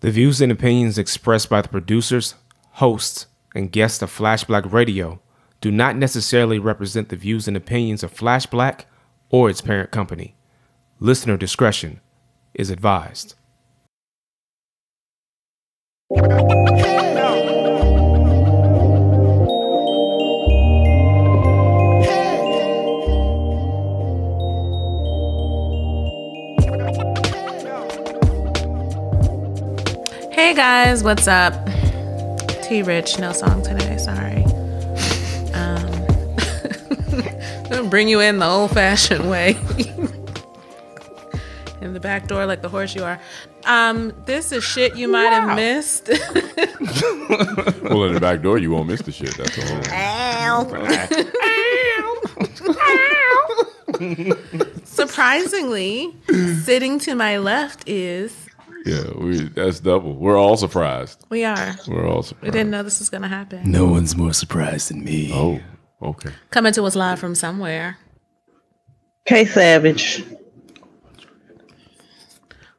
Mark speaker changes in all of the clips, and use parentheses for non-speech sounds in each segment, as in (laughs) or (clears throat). Speaker 1: The views and opinions expressed by the producers, hosts, and guests of Flash Black Radio do not necessarily represent the views and opinions of Flash Black or its parent company. Listener discretion is advised.
Speaker 2: Hey guys, what's up? T Rich, no song today, sorry. Um, (laughs) gonna bring you in the old fashioned way. (laughs) in the back door, like the horse you are. Um, this is shit you might have missed. (laughs)
Speaker 3: Well, in the back door, you won't miss the shit. That's all.
Speaker 2: Surprisingly, sitting to my left is.
Speaker 3: Yeah, we, that's double. We're all surprised.
Speaker 2: We are.
Speaker 3: We're all
Speaker 2: We
Speaker 3: surprised.
Speaker 2: didn't know this was gonna happen.
Speaker 4: No one's more surprised than me.
Speaker 3: Oh, okay.
Speaker 2: Coming to us live from somewhere.
Speaker 5: K Savage.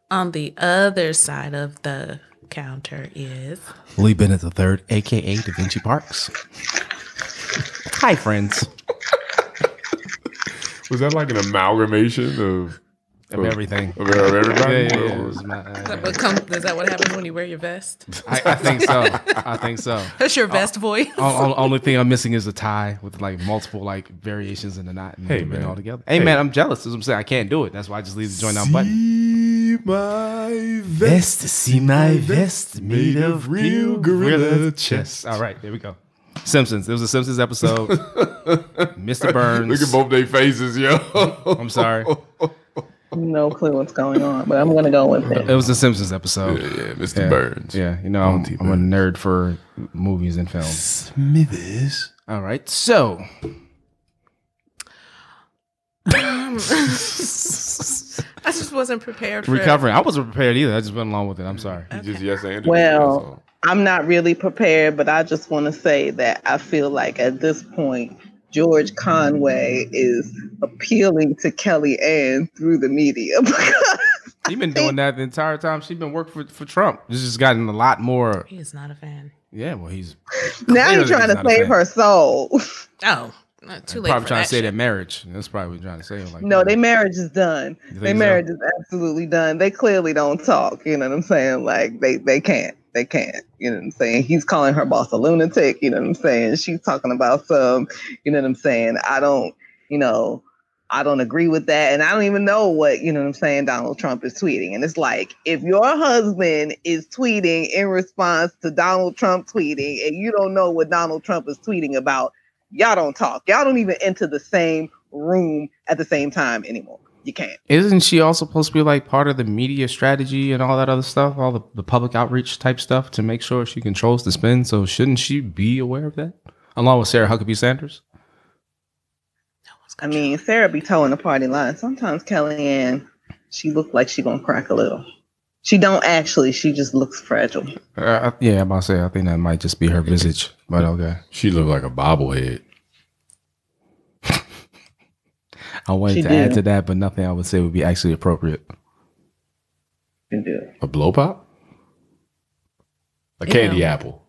Speaker 2: On the other side of the counter is.
Speaker 4: Lee Bennett III, aka Da Vinci Parks. Hi, friends.
Speaker 3: Was that like an amalgamation of,
Speaker 4: Of everything.
Speaker 3: of everybody?
Speaker 4: Yeah, yeah, yeah. It was my,
Speaker 2: Is
Speaker 4: uh,
Speaker 2: that what comes? Is that what happens when you wear your vest?
Speaker 4: I, I think so. I think (laughs) so.
Speaker 2: That's
Speaker 3: Oh.
Speaker 2: your vest voice.
Speaker 4: O- o- only thing I'm missing is a tie with like multiple like variations in the knot and hey,
Speaker 3: man.
Speaker 4: all together. Hey, man, I'm jealous. That's what I'm saying. I can't do it. That's why I just leave the joint down button.
Speaker 3: See my vest.
Speaker 4: to see my
Speaker 3: vest made of real gorilla chest.
Speaker 4: All right, there we go. Simpsons. There was a Simpsons episode. (laughs) Mr. Burns.
Speaker 3: Look at both their faces, (laughs) yo.
Speaker 4: I'm sorry.
Speaker 5: No clue what's going on, but I'm gonna go with
Speaker 4: It
Speaker 5: it.
Speaker 4: was a Simpsons episode.
Speaker 3: yeah, Mr. Burns.
Speaker 4: Yeah, you know, I'm, I'm a nerd for movies and films.
Speaker 3: Smithers.
Speaker 4: All right, so
Speaker 2: (laughs) I just wasn't prepared for
Speaker 4: recovering. I wasn't prepared either. I just went along with it. I'm sorry.
Speaker 3: You just yes and
Speaker 5: Well, I'm not really prepared, but I just want to say that I feel like at this point, George Conway is appealing to Kelly Ann through the media (laughs) because
Speaker 4: She's been doing that the entire time. She's been working for, for Trump. She's just gotten a lot more.
Speaker 2: He is not a fan.
Speaker 4: Yeah, well, he's
Speaker 5: now you're
Speaker 4: Clearly
Speaker 5: trying
Speaker 4: he's
Speaker 5: to
Speaker 4: not a
Speaker 5: save
Speaker 4: fan.
Speaker 5: her soul. (laughs)
Speaker 2: Oh, not too late.
Speaker 4: probably
Speaker 2: for
Speaker 4: trying
Speaker 2: that
Speaker 4: to say
Speaker 2: shit.
Speaker 4: that marriage. That's probably what you're trying to say. Like,
Speaker 5: No, their marriage is done. Their
Speaker 4: so?
Speaker 5: marriage is absolutely done. They clearly don't talk. You know what I'm saying? Like they they can't. They can't. You know what I'm saying? He's calling her boss a lunatic. You know what I'm saying? She's talking about some. You know what I'm saying? I don't. You know. I don't agree with that. And I don't even know what, you know what I'm saying, Donald Trump is tweeting. And it's like, if your husband is tweeting in response to Donald Trump tweeting and you don't know what Donald Trump is tweeting about, y'all don't talk. Y'all don't even enter the same room at the same time anymore. You can't.
Speaker 4: Isn't she also supposed to be like part of the media strategy and all that other stuff, all the, the public outreach type stuff to make sure she controls the spin? So shouldn't she be aware of that? Along with Sarah Huckabee Sanders?
Speaker 5: I mean, Sarah be towing the party line. Sometimes Kellyanne, she looked like she gonna crack a little. She don't actually. She just looks fragile.
Speaker 4: Uh, I- yeah, I'm about to say, I think that might just be her visage, but okay.
Speaker 3: She looked like a bobblehead.
Speaker 4: I wanted
Speaker 5: She
Speaker 4: to
Speaker 5: did.
Speaker 4: add to that, but nothing I would say would be actually appropriate.
Speaker 5: You do.
Speaker 3: A blow pop? A candy apple.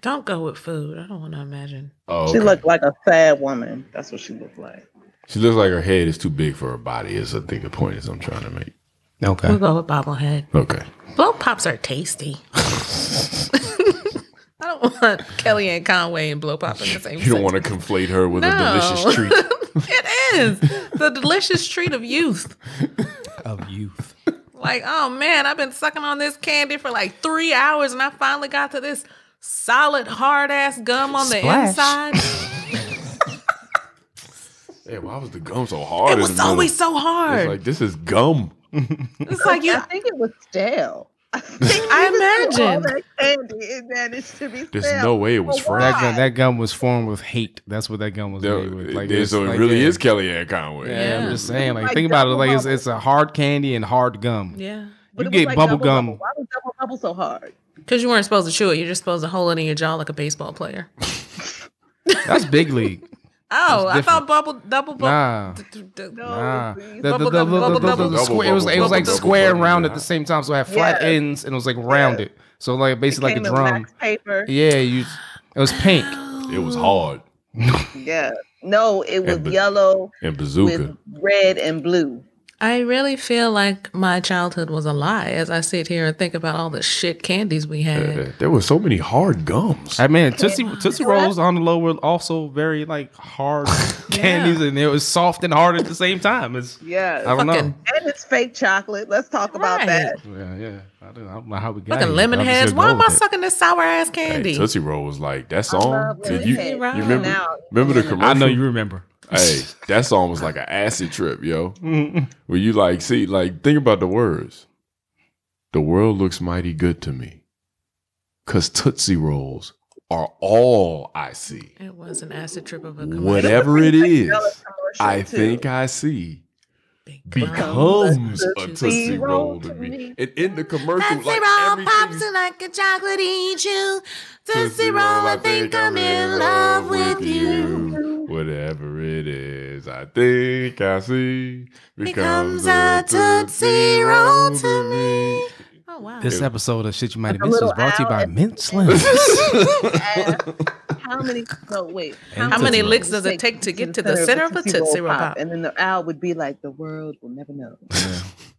Speaker 2: Don't go with food. I don't want to imagine.
Speaker 3: Oh,
Speaker 5: She
Speaker 3: okay.
Speaker 5: looked like a sad woman. That's what she looked like.
Speaker 3: She looks like her head is too big for her body. Is I think the point is I'm trying to make.
Speaker 2: We'll
Speaker 4: Okay.
Speaker 2: go with bobblehead.
Speaker 3: Okay.
Speaker 2: Blow pops are tasty. (laughs) I don't want Kellyanne Conway and blow pop in the same.
Speaker 3: You don't want
Speaker 2: sentence.
Speaker 3: to conflate her with a
Speaker 2: No.
Speaker 3: delicious treat.
Speaker 2: (laughs) It is the delicious treat of youth.
Speaker 4: Of youth.
Speaker 2: Like, oh man, I've been sucking on this candy for like three hours, and I finally got to this solid hard ass gum on
Speaker 4: Splash.
Speaker 3: (laughs)
Speaker 2: the inside.
Speaker 3: Hey, why was the gum so hard?
Speaker 2: It
Speaker 3: in
Speaker 2: was
Speaker 3: the middle?
Speaker 2: always so
Speaker 3: It's
Speaker 2: hard.
Speaker 3: like this is gum.
Speaker 2: it's like you
Speaker 5: I think it was stale. (laughs) I, think
Speaker 2: I
Speaker 5: even through all
Speaker 2: imagine.
Speaker 5: that candy. It managed to be
Speaker 3: There's
Speaker 5: stale.
Speaker 3: no way it was
Speaker 5: But
Speaker 3: fresh.
Speaker 4: That
Speaker 5: why?
Speaker 4: gun, that gun was formed with hate. That's what that gun was
Speaker 3: There-
Speaker 4: made with. Like,
Speaker 3: there-
Speaker 4: it's
Speaker 3: so it
Speaker 4: like,
Speaker 3: really
Speaker 4: yeah.
Speaker 3: is Kellyanne Conway.
Speaker 4: Yeah,
Speaker 2: Yeah.
Speaker 4: I'm just saying. Like,
Speaker 5: Like
Speaker 4: think about it.
Speaker 5: double
Speaker 4: Like, it's,
Speaker 5: bubble.
Speaker 4: it's a hard candy and hard gum.
Speaker 2: (laughs) Yeah.
Speaker 4: You
Speaker 5: But it was
Speaker 4: get
Speaker 5: like
Speaker 4: bubble
Speaker 5: double
Speaker 4: gum.
Speaker 5: Why was double bubble so hard?
Speaker 2: Because you weren't supposed to chew it. You're just supposed to hold it in your jaw like a baseball player.
Speaker 4: That's big league.
Speaker 2: Oh, I thought
Speaker 4: different.
Speaker 2: bubble double bubble.
Speaker 4: Nah.
Speaker 2: d- d- d-
Speaker 4: Nah.
Speaker 5: see,
Speaker 4: The-
Speaker 2: bubble
Speaker 4: the-
Speaker 2: gum,
Speaker 4: the- the-
Speaker 2: bubble
Speaker 4: the- the-
Speaker 2: gum.
Speaker 4: the square- It was it was like
Speaker 3: Double
Speaker 4: square
Speaker 3: gum,
Speaker 4: and round at
Speaker 3: yeah.
Speaker 4: the same time, so it had flat
Speaker 5: Yes.
Speaker 4: ends and it was like rounded. So like basically like a
Speaker 5: Came in
Speaker 4: drum.
Speaker 5: wax paper.
Speaker 4: Yeah, you. It was pink.
Speaker 3: It was hard
Speaker 5: Yeah. No, it was
Speaker 3: And ba-
Speaker 5: yellow
Speaker 3: and
Speaker 5: with
Speaker 3: bazooka.
Speaker 5: red and blue.
Speaker 2: I really feel like my childhood was a lie as I sit here and think about all the shit candies we had.
Speaker 3: Yeah, there were so many hard gums.
Speaker 4: I mean, Tootsie Tootsie Rolls on the low were also very like
Speaker 2: (laughs)
Speaker 4: hard candies, and it was soft and hard at the same time. It's
Speaker 5: Yes.
Speaker 4: I don't know.
Speaker 2: Fucking-
Speaker 5: and it's fake chocolate. Let's talk about
Speaker 2: Right.
Speaker 5: that.
Speaker 4: Yeah, yeah. I don't, I don't know how we got
Speaker 2: Fucking
Speaker 4: here.
Speaker 2: lemon
Speaker 4: I'm just
Speaker 2: heads.
Speaker 4: here
Speaker 2: Why
Speaker 4: going
Speaker 2: am I
Speaker 4: with it.
Speaker 2: sucking this sour ass
Speaker 3: Hey,
Speaker 2: candy?
Speaker 3: Tootsie Roll was like that
Speaker 5: I
Speaker 3: song.
Speaker 5: love
Speaker 3: Did
Speaker 5: Lemon
Speaker 3: you,
Speaker 5: Head.
Speaker 3: you
Speaker 2: Right.
Speaker 3: remember?
Speaker 5: Now,
Speaker 3: remember the
Speaker 5: you
Speaker 3: commercial?
Speaker 4: I know you (laughs) remember.
Speaker 3: hey, that song was like an acid trip, yo. Where you like see, like think about the words. The world looks mighty good to me, cause Tootsie Rolls are all I see.
Speaker 2: it was an acid trip of a commercial.
Speaker 3: Whatever it
Speaker 5: Pretty
Speaker 3: is,
Speaker 5: Jealous
Speaker 3: I
Speaker 5: commercial, too.
Speaker 3: think I see
Speaker 2: Big
Speaker 3: becomes
Speaker 5: a
Speaker 3: a
Speaker 5: Tootsie
Speaker 3: Tootsie Roll
Speaker 5: Roll
Speaker 3: to
Speaker 5: to
Speaker 3: me.
Speaker 5: me.
Speaker 3: And in the commercial,
Speaker 2: Tootsie
Speaker 3: like
Speaker 2: Roll pops
Speaker 3: everything
Speaker 2: like a chocolatey chew.
Speaker 3: Tootsie
Speaker 2: Tootsie Roll, I think I'm in love with you.
Speaker 3: Whatever it is, I think I see
Speaker 2: Becomes a Tootsie Roll to me. Oh, wow.
Speaker 4: (laughs) This episode of Shit You Might Have
Speaker 5: A
Speaker 4: Missed was
Speaker 5: little
Speaker 4: brought to you by
Speaker 5: owl.
Speaker 4: Mint Slim. (laughs)
Speaker 5: Ask
Speaker 3: (laughs)
Speaker 5: How many? No, wait.
Speaker 4: How many
Speaker 2: licks does it take to get to the center of a Tootsie Roll Pop?
Speaker 5: And then the owl would be like, "The world will
Speaker 3: (laughs)
Speaker 5: never know."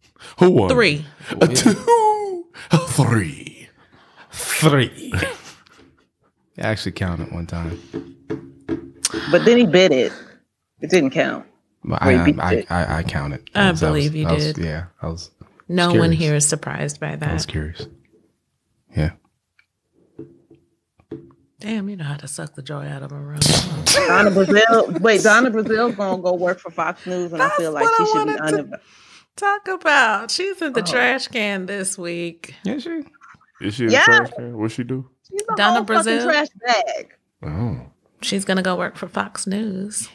Speaker 3: (laughs) Who won?
Speaker 2: Three.
Speaker 3: A two, a three.
Speaker 4: Three. (laughs) I actually counted one time.
Speaker 5: But then he bit it. It didn't count.
Speaker 4: But
Speaker 5: Wait,
Speaker 4: I,
Speaker 5: beat
Speaker 4: I,
Speaker 5: it.
Speaker 4: I, I counted.
Speaker 2: I
Speaker 4: was- was-
Speaker 2: believe you
Speaker 4: I was-
Speaker 2: did.
Speaker 4: yeah, I was.
Speaker 2: No
Speaker 4: It's
Speaker 2: one
Speaker 4: curious.
Speaker 2: here is surprised by
Speaker 4: I was
Speaker 2: that.
Speaker 4: curious. Yeah.
Speaker 2: Damn, you know how to suck the joy out of a room.
Speaker 3: (laughs)
Speaker 5: Donna Brazil. Wait, Donna Brazil gonna go work for Fox News, and I
Speaker 2: That's
Speaker 5: feel like
Speaker 2: what
Speaker 5: she
Speaker 2: I
Speaker 5: should be
Speaker 2: wanted to-
Speaker 5: uninv-
Speaker 2: Talk about. She's in the
Speaker 5: Oh.
Speaker 2: trash can this week.
Speaker 4: Yeah, sure.
Speaker 3: Is she in
Speaker 5: Yeah.
Speaker 3: the trash can? What she do?
Speaker 5: She's a
Speaker 2: Donna
Speaker 5: whole fucking
Speaker 2: Brazile?
Speaker 5: trash bag.
Speaker 3: Oh,
Speaker 2: She's going to go work for Fox News.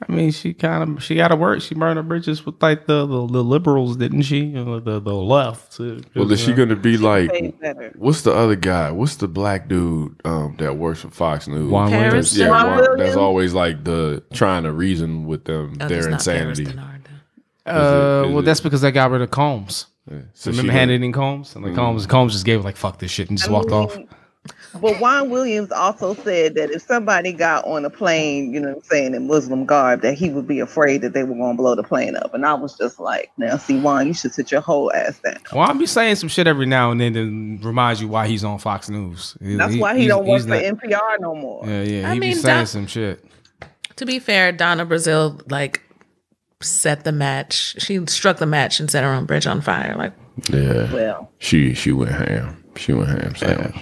Speaker 4: I mean, she kind of she got to work. She burned her bridges with like the the, the liberals, didn't she? Or the the left.
Speaker 3: well, is she gonna be
Speaker 5: Way
Speaker 3: like?
Speaker 5: better.
Speaker 3: What's the other guy? What's the black dude um, that works for Fox News?
Speaker 4: Juan
Speaker 2: Paris
Speaker 4: Williams?
Speaker 3: Yeah,
Speaker 5: Juan
Speaker 3: Juan-
Speaker 5: Williams?
Speaker 3: that's always like the trying to reason with them
Speaker 2: Oh, there's
Speaker 3: their
Speaker 2: not Paris
Speaker 3: insanity.
Speaker 2: Bernard.
Speaker 4: Uh,
Speaker 3: is
Speaker 4: well,
Speaker 3: it-
Speaker 4: that's because I got rid of Combs.
Speaker 3: Yeah. So
Speaker 4: Remember
Speaker 3: gonna-
Speaker 4: handing in Combs, and the Combs
Speaker 3: Mm.
Speaker 4: Combs just gave like fuck this shit and just
Speaker 5: I
Speaker 4: walked
Speaker 5: mean,
Speaker 4: off.
Speaker 5: But Juan Williams also said that if somebody got on a plane, you know what I'm saying, in Muslim garb, that he would be afraid that they were going to blow the plane up. And I was just like, now, see, Juan, you should sit your whole ass down.
Speaker 4: Well, I'll be saying some shit every now and then to remind you why he's on Fox News.
Speaker 5: That's why he
Speaker 4: he's-
Speaker 5: don't work
Speaker 4: he's
Speaker 5: for
Speaker 4: not-
Speaker 5: NPR no more.
Speaker 4: Yeah, yeah.
Speaker 2: I
Speaker 4: He be
Speaker 2: mean,
Speaker 4: saying
Speaker 2: Doc-
Speaker 4: some shit.
Speaker 2: To be fair, Donna Brazil, like, set the match. She struck the match and set her own bridge on fire. Like,
Speaker 3: Yeah,
Speaker 5: Well,
Speaker 3: she she went ham. She went ham. Sam.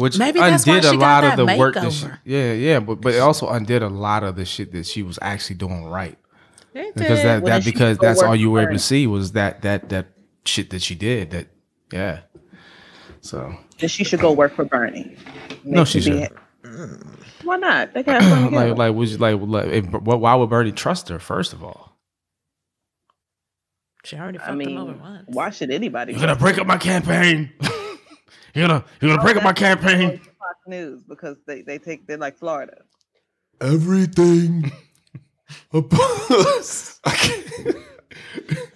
Speaker 4: Which
Speaker 2: Maybe
Speaker 4: undid
Speaker 2: that's why
Speaker 4: a
Speaker 2: she got
Speaker 4: lot of
Speaker 2: that
Speaker 4: the work. That she,
Speaker 2: makeover.
Speaker 4: yeah, yeah, but but it also undid a lot of the shit that she was actually doing right
Speaker 2: it
Speaker 4: because
Speaker 2: did.
Speaker 4: that,
Speaker 5: Well,
Speaker 4: that
Speaker 5: she
Speaker 4: because
Speaker 5: still
Speaker 4: that's all
Speaker 5: worked
Speaker 4: you were able
Speaker 5: hard.
Speaker 4: to see was that that that shit that she did. That yeah. So
Speaker 5: then she should go work for Bernie.
Speaker 4: No,
Speaker 5: Make
Speaker 4: she
Speaker 5: him be-
Speaker 4: shouldn't.
Speaker 5: Why not? They
Speaker 4: (clears throat)
Speaker 5: got something
Speaker 4: like like would you like, like if, what, why would Bernie trust her first of all?
Speaker 2: she already fucked
Speaker 5: I
Speaker 2: him over
Speaker 5: mean,
Speaker 2: once. (laughs)
Speaker 5: why should anybody?
Speaker 4: You're gonna break up my campaign. (laughs) you're gonna you're gonna break up my campaign.
Speaker 5: Fox News because they, they take they're like Florida.
Speaker 3: (laughs) everything about I can't- (laughs)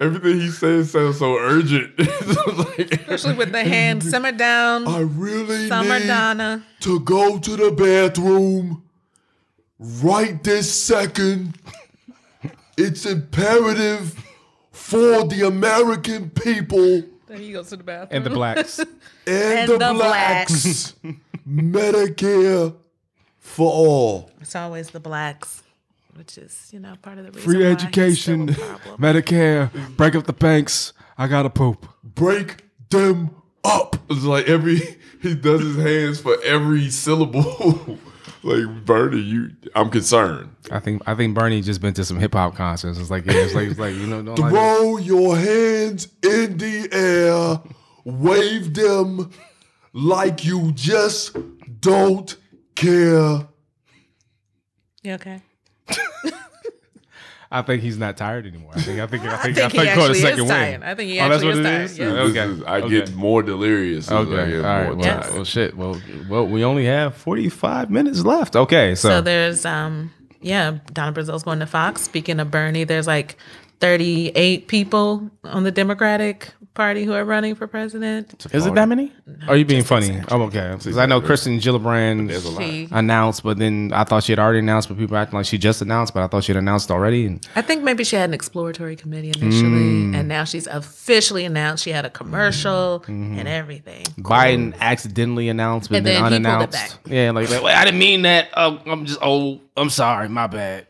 Speaker 3: everything he says sounds so urgent. (laughs) It's like,
Speaker 2: Especially with the hand simmer down,
Speaker 3: I really
Speaker 2: summer
Speaker 3: need
Speaker 2: Donna.
Speaker 3: to go to the bathroom right this second. It's imperative for the American people
Speaker 2: Then he goes to the bathroom.
Speaker 4: And the blacks.
Speaker 3: and,
Speaker 2: And
Speaker 3: the,
Speaker 2: the (laughs)
Speaker 3: blacks. Medicare for all.
Speaker 2: It's always the blacks, which is you know part of the reason
Speaker 4: Free
Speaker 2: why he's
Speaker 4: education,
Speaker 2: still a problem.
Speaker 4: Medicare, break up the banks. I gotta poop.
Speaker 3: break them up. It's like every (laughs) he does his hands for every syllable. (laughs) like Bernie, you, I'm concerned.
Speaker 4: I think I think Bernie just been to some hip hop concerts. It's like yeah, it's like, it's like you (laughs) know, don't like it.
Speaker 3: Throw your hands in the air, wave them like you just don't care.
Speaker 2: You okay?
Speaker 4: I think he's not tired anymore. I think I think I
Speaker 2: I
Speaker 4: think,
Speaker 2: think he
Speaker 4: I caught a
Speaker 2: actually is
Speaker 4: second
Speaker 2: tired.
Speaker 4: win.
Speaker 2: I think he
Speaker 4: Oh, that's
Speaker 2: actually
Speaker 4: what
Speaker 2: is
Speaker 4: it
Speaker 2: tired.
Speaker 4: is?
Speaker 2: Yeah.
Speaker 4: Oh, okay.
Speaker 3: This is- I
Speaker 4: Okay.
Speaker 3: get more delirious. as I
Speaker 4: Okay.
Speaker 3: get
Speaker 4: All right.
Speaker 3: more
Speaker 4: Well,
Speaker 3: tired.
Speaker 4: well, shit. Well, well, we only have 45 minutes left. Okay. So,
Speaker 2: So there's um yeah, Donna Brazil's going to Fox. Speaking of Bernie, there's like 38 people on the Democratic Party who are running for president.
Speaker 4: is
Speaker 3: Oh,
Speaker 4: it that many? Are you being funny? Oh, okay. Because I know Kristen
Speaker 3: There's a
Speaker 4: Gillibrand
Speaker 3: lot.
Speaker 2: She,
Speaker 4: announced, but then I thought she had already announced, but people acting like she just announced, but I thought she had announced already. And
Speaker 2: I think maybe she had an exploratory committee initially,
Speaker 4: Mm.
Speaker 2: and now she's officially announced. She had a commercial
Speaker 4: Mm-hmm.
Speaker 2: and everything.
Speaker 4: Biden accidentally announced, but
Speaker 2: And
Speaker 4: then,
Speaker 2: then he pulled it
Speaker 4: unannounced. Yeah, like, like "Wait, I didn't mean that. Oh, I'm just old. I'm sorry, my bad.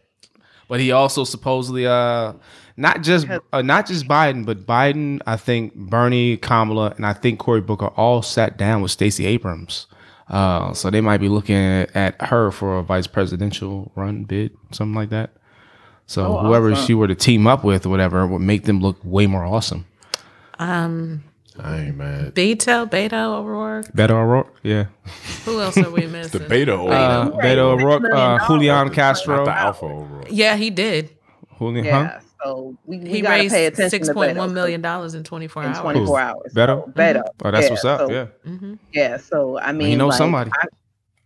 Speaker 4: But he also supposedly, uh, not just uh, not just Biden, but Biden, I think Bernie, Kamala, and I think Cory Booker all sat down with Stacey Abrams. Uh, so they might be looking at her for a vice presidential run bid, something like that.
Speaker 2: Oh,
Speaker 4: So whoever she were to team up with, or whatever, would make them look way more awesome.
Speaker 3: I ain't mad.
Speaker 2: Beto, Beto O'Rourke.
Speaker 4: Better O'Rourque, yeah.
Speaker 2: Who else are
Speaker 4: (laughs)
Speaker 2: we missing?
Speaker 3: The beta over
Speaker 4: Uh, Beto O'Rourke, uh, Julian Castro,
Speaker 3: the alpha overall.
Speaker 2: yeah, he did.
Speaker 4: Julian, huh?
Speaker 5: Yeah. So we, we
Speaker 2: He
Speaker 5: gotta
Speaker 2: raised
Speaker 5: pay attention
Speaker 2: six
Speaker 5: to
Speaker 2: point
Speaker 5: Beto
Speaker 2: one million dollars in twenty four
Speaker 5: in
Speaker 2: hours.
Speaker 5: 24 hours.
Speaker 4: Beto?
Speaker 5: So, Beto.
Speaker 4: Oh, that's
Speaker 5: Yeah,
Speaker 4: what's up.
Speaker 5: so-
Speaker 4: yeah.
Speaker 2: hmm
Speaker 5: Yeah. So I mean,
Speaker 4: you know
Speaker 5: like,
Speaker 4: somebody.
Speaker 5: I-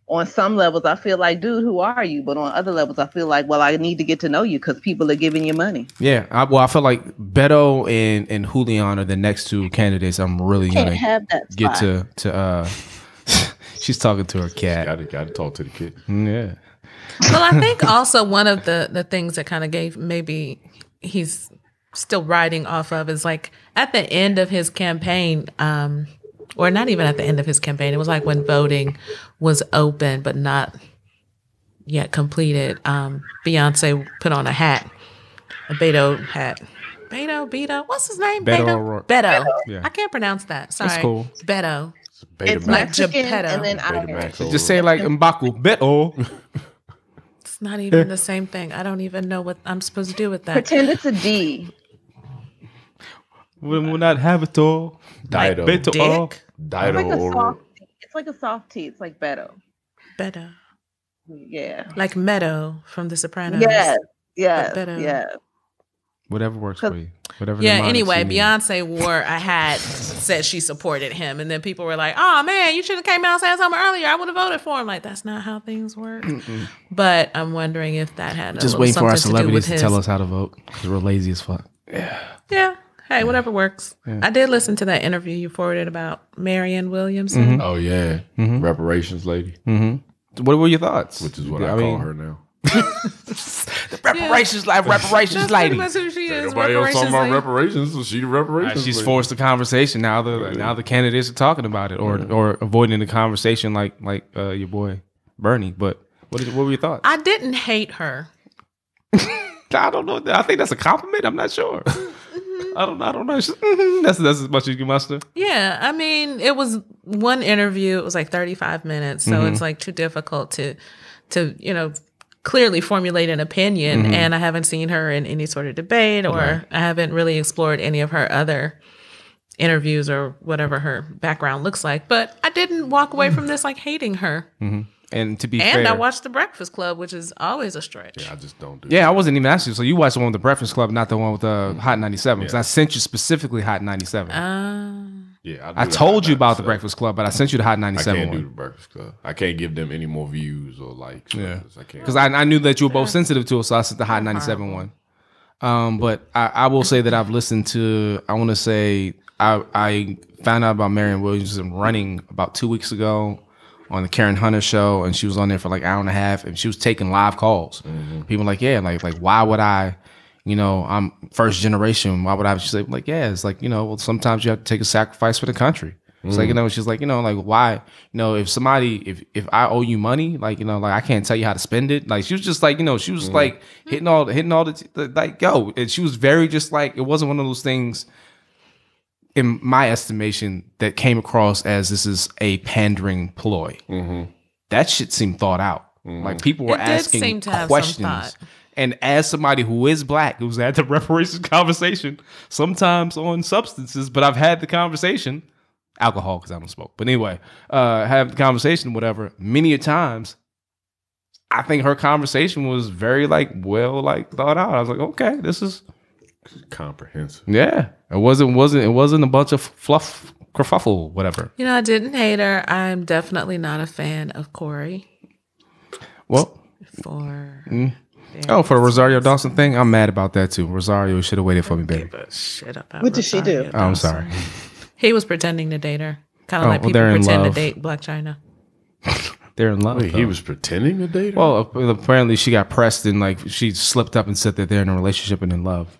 Speaker 5: on some levels, I feel like, dude, who are you? But on other levels, I feel like, well, I need to get to know you because people are giving you money.
Speaker 4: Yeah. I, well, I feel like Beto and, and Julian are the next two candidates I'm really
Speaker 5: Can't
Speaker 4: going to
Speaker 5: have that.
Speaker 4: get
Speaker 5: spot.
Speaker 4: to. to uh, (laughs) she's talking to her cat.
Speaker 3: Gotta, gotta talk to the kid.
Speaker 4: Yeah.
Speaker 2: well, I think also one of the the things that kind of gave maybe he's still riding off of is like at the end of his campaign, um, or not even at the end of his campaign. It was like when voting was open but not yet completed. Um, Beyonce put on a hat, a Beto hat. Beto, Beto, what's his name?
Speaker 4: Beto O'Rourke.
Speaker 2: Beto.
Speaker 4: Yeah.
Speaker 2: I can't pronounce that. Sorry.
Speaker 4: cool.
Speaker 2: Beto.
Speaker 3: It's beta
Speaker 5: It's
Speaker 2: like
Speaker 3: max.
Speaker 5: Mexican,
Speaker 2: Geppetto.
Speaker 5: and then
Speaker 3: Beta
Speaker 5: I,
Speaker 3: max.
Speaker 4: Just say like Mbaku (laughs) Beto.
Speaker 2: It's not even the same thing. I don't even know what I'm supposed to do with that.
Speaker 5: pretend it's a D.
Speaker 4: we will not have it all.
Speaker 3: Dido.
Speaker 4: Beto. oh.
Speaker 2: Dick.
Speaker 5: It's
Speaker 3: Dido
Speaker 5: like a
Speaker 3: overall.
Speaker 5: soft. It's like a soft T. It's like Beto.
Speaker 2: Beto.
Speaker 5: Yeah.
Speaker 2: Like Meadow from The Sopranos.
Speaker 5: Yes. Yes.
Speaker 2: But Beto.
Speaker 5: Yes.
Speaker 4: Whatever works for you. Whatever.
Speaker 2: Yeah,
Speaker 4: mnemonics
Speaker 2: anyway,
Speaker 4: you need.
Speaker 2: Beyonce wore a hat, said she supported him, and then people were like, oh man, you should have came out and said something earlier. I would have voted for him. Like, that's not how things work. But I'm wondering if that had a
Speaker 4: Just
Speaker 2: little
Speaker 4: waiting for our
Speaker 2: something do with
Speaker 4: celebrities to,
Speaker 2: his-
Speaker 4: tell us how to vote because we're lazy as fuck.
Speaker 2: Yeah. Hey, whatever works. I did listen to that interview you forwarded about Marion Williamson.
Speaker 4: Mm-hmm.
Speaker 3: Oh yeah, reparations lady,
Speaker 4: What were your thoughts?
Speaker 3: which is what
Speaker 4: Mm-hmm. Yeah,
Speaker 3: I,
Speaker 4: I
Speaker 3: call
Speaker 4: mean-
Speaker 3: her now.
Speaker 4: Reparations, like reparations,
Speaker 2: That's pretty much who she is.
Speaker 3: Nobody else
Speaker 2: reparations
Speaker 3: talking about
Speaker 2: lady.
Speaker 3: reparations, so she the reparations.
Speaker 4: she's
Speaker 3: lady.
Speaker 4: forced the conversation now. The now the candidates are talking about it or or avoiding the conversation, like like uh, your boy Bernie. But what is, what were your thoughts?
Speaker 2: I didn't hate her.
Speaker 4: I don't know. I think that's a compliment. I'm not (laughs) sure. I don't. I don't know. (laughs) She's, mhm, That's that's as much as you can muster.
Speaker 2: Yeah, I mean, it was one interview. It was like 35 minutes, so
Speaker 4: Mm-hmm.
Speaker 2: it's like too difficult to to, you know, clearly formulate an opinion
Speaker 4: Mm-hmm.
Speaker 2: and I haven't seen her in any sort of debate or I haven't really explored any of her other interviews or whatever her background looks like, but I didn't walk
Speaker 4: Mm.
Speaker 2: away from this like hating her.
Speaker 4: And to be
Speaker 2: And
Speaker 4: fair,
Speaker 2: I watched The Breakfast Club, which is always a stretch.
Speaker 3: I just don't do.
Speaker 4: yeah, I wasn't even asking. you. So you watched the one with the Breakfast Club, not the one with the Hot 97. Because I sent you specifically Hot 97.
Speaker 2: Uh,
Speaker 3: yeah.
Speaker 4: I
Speaker 3: do that.
Speaker 4: told you
Speaker 3: not-
Speaker 4: about the
Speaker 3: so
Speaker 4: Breakfast Club, but I sent you the Hot
Speaker 3: I
Speaker 4: 97
Speaker 3: can't do the
Speaker 4: one
Speaker 3: Breakfast Club. I can't give them any more views or likes.
Speaker 4: Yeah.
Speaker 3: Yeah, I can't.
Speaker 4: because I, I knew that you were both sensitive to it, so I sent the Hot 97 one. Um, but I, I will say that I've listened to. I want to say I I found out about Marion Williamson running about two weeks ago on the Karen Hunter show, and she was on there for like an hour and a half, and she was taking live calls. People were like, yeah, like like why would I? You know, I'm first generation. Why would I? She's like, like, yeah, it's like you know. Well, sometimes you have to take a sacrifice for the country. It's like you know, she's like, you know, like why? You know, if somebody, if if I owe you money, like you know, like I can't tell you how to spend it. Like she was just like, you know, she was like hitting all hitting all the, t- the like yo, and she was very just like it wasn't one of those things. In my estimation, that came across as this is a pandering ploy.
Speaker 3: Mm-hmm.
Speaker 4: That shit seemed thought out. Like people were
Speaker 2: It did
Speaker 4: asking
Speaker 2: seem to have some
Speaker 4: questions.
Speaker 2: thought.
Speaker 4: And as somebody who is black, who's had the (laughs) reparations conversation, sometimes on substances, but I've had the conversation, alcohol because I don't smoke. But anyway, uh, have the conversation, whatever. Many a times, I think her conversation was very like well like thought out. I was like, okay, this is
Speaker 3: Comprehensive.
Speaker 4: yeah. It wasn't wasn't it wasn't a bunch of fluff kerfuffle whatever.
Speaker 2: You know, I didn't hate her. I'm definitely not a fan of Corey
Speaker 4: Well,
Speaker 2: for.
Speaker 4: oh, for the Rosario Dawson thing, I'm mad about that too. Rosario should have waited for
Speaker 3: (laughs)
Speaker 4: me, baby.
Speaker 2: But shit about
Speaker 5: What did she do?
Speaker 2: Rosario
Speaker 4: Oh, I'm
Speaker 2: Dawson.
Speaker 4: sorry.
Speaker 2: He was pretending to date her, kind of
Speaker 4: Oh,
Speaker 2: like
Speaker 4: well,
Speaker 2: people
Speaker 4: they're in
Speaker 2: pretend to
Speaker 4: love.
Speaker 2: date Black China.
Speaker 4: They're in love.
Speaker 3: Wait, he
Speaker 4: though.
Speaker 3: was pretending to date her?
Speaker 4: well. ap- Apparently, she got pressed and like she slipped up and said that they're in a relationship and in love.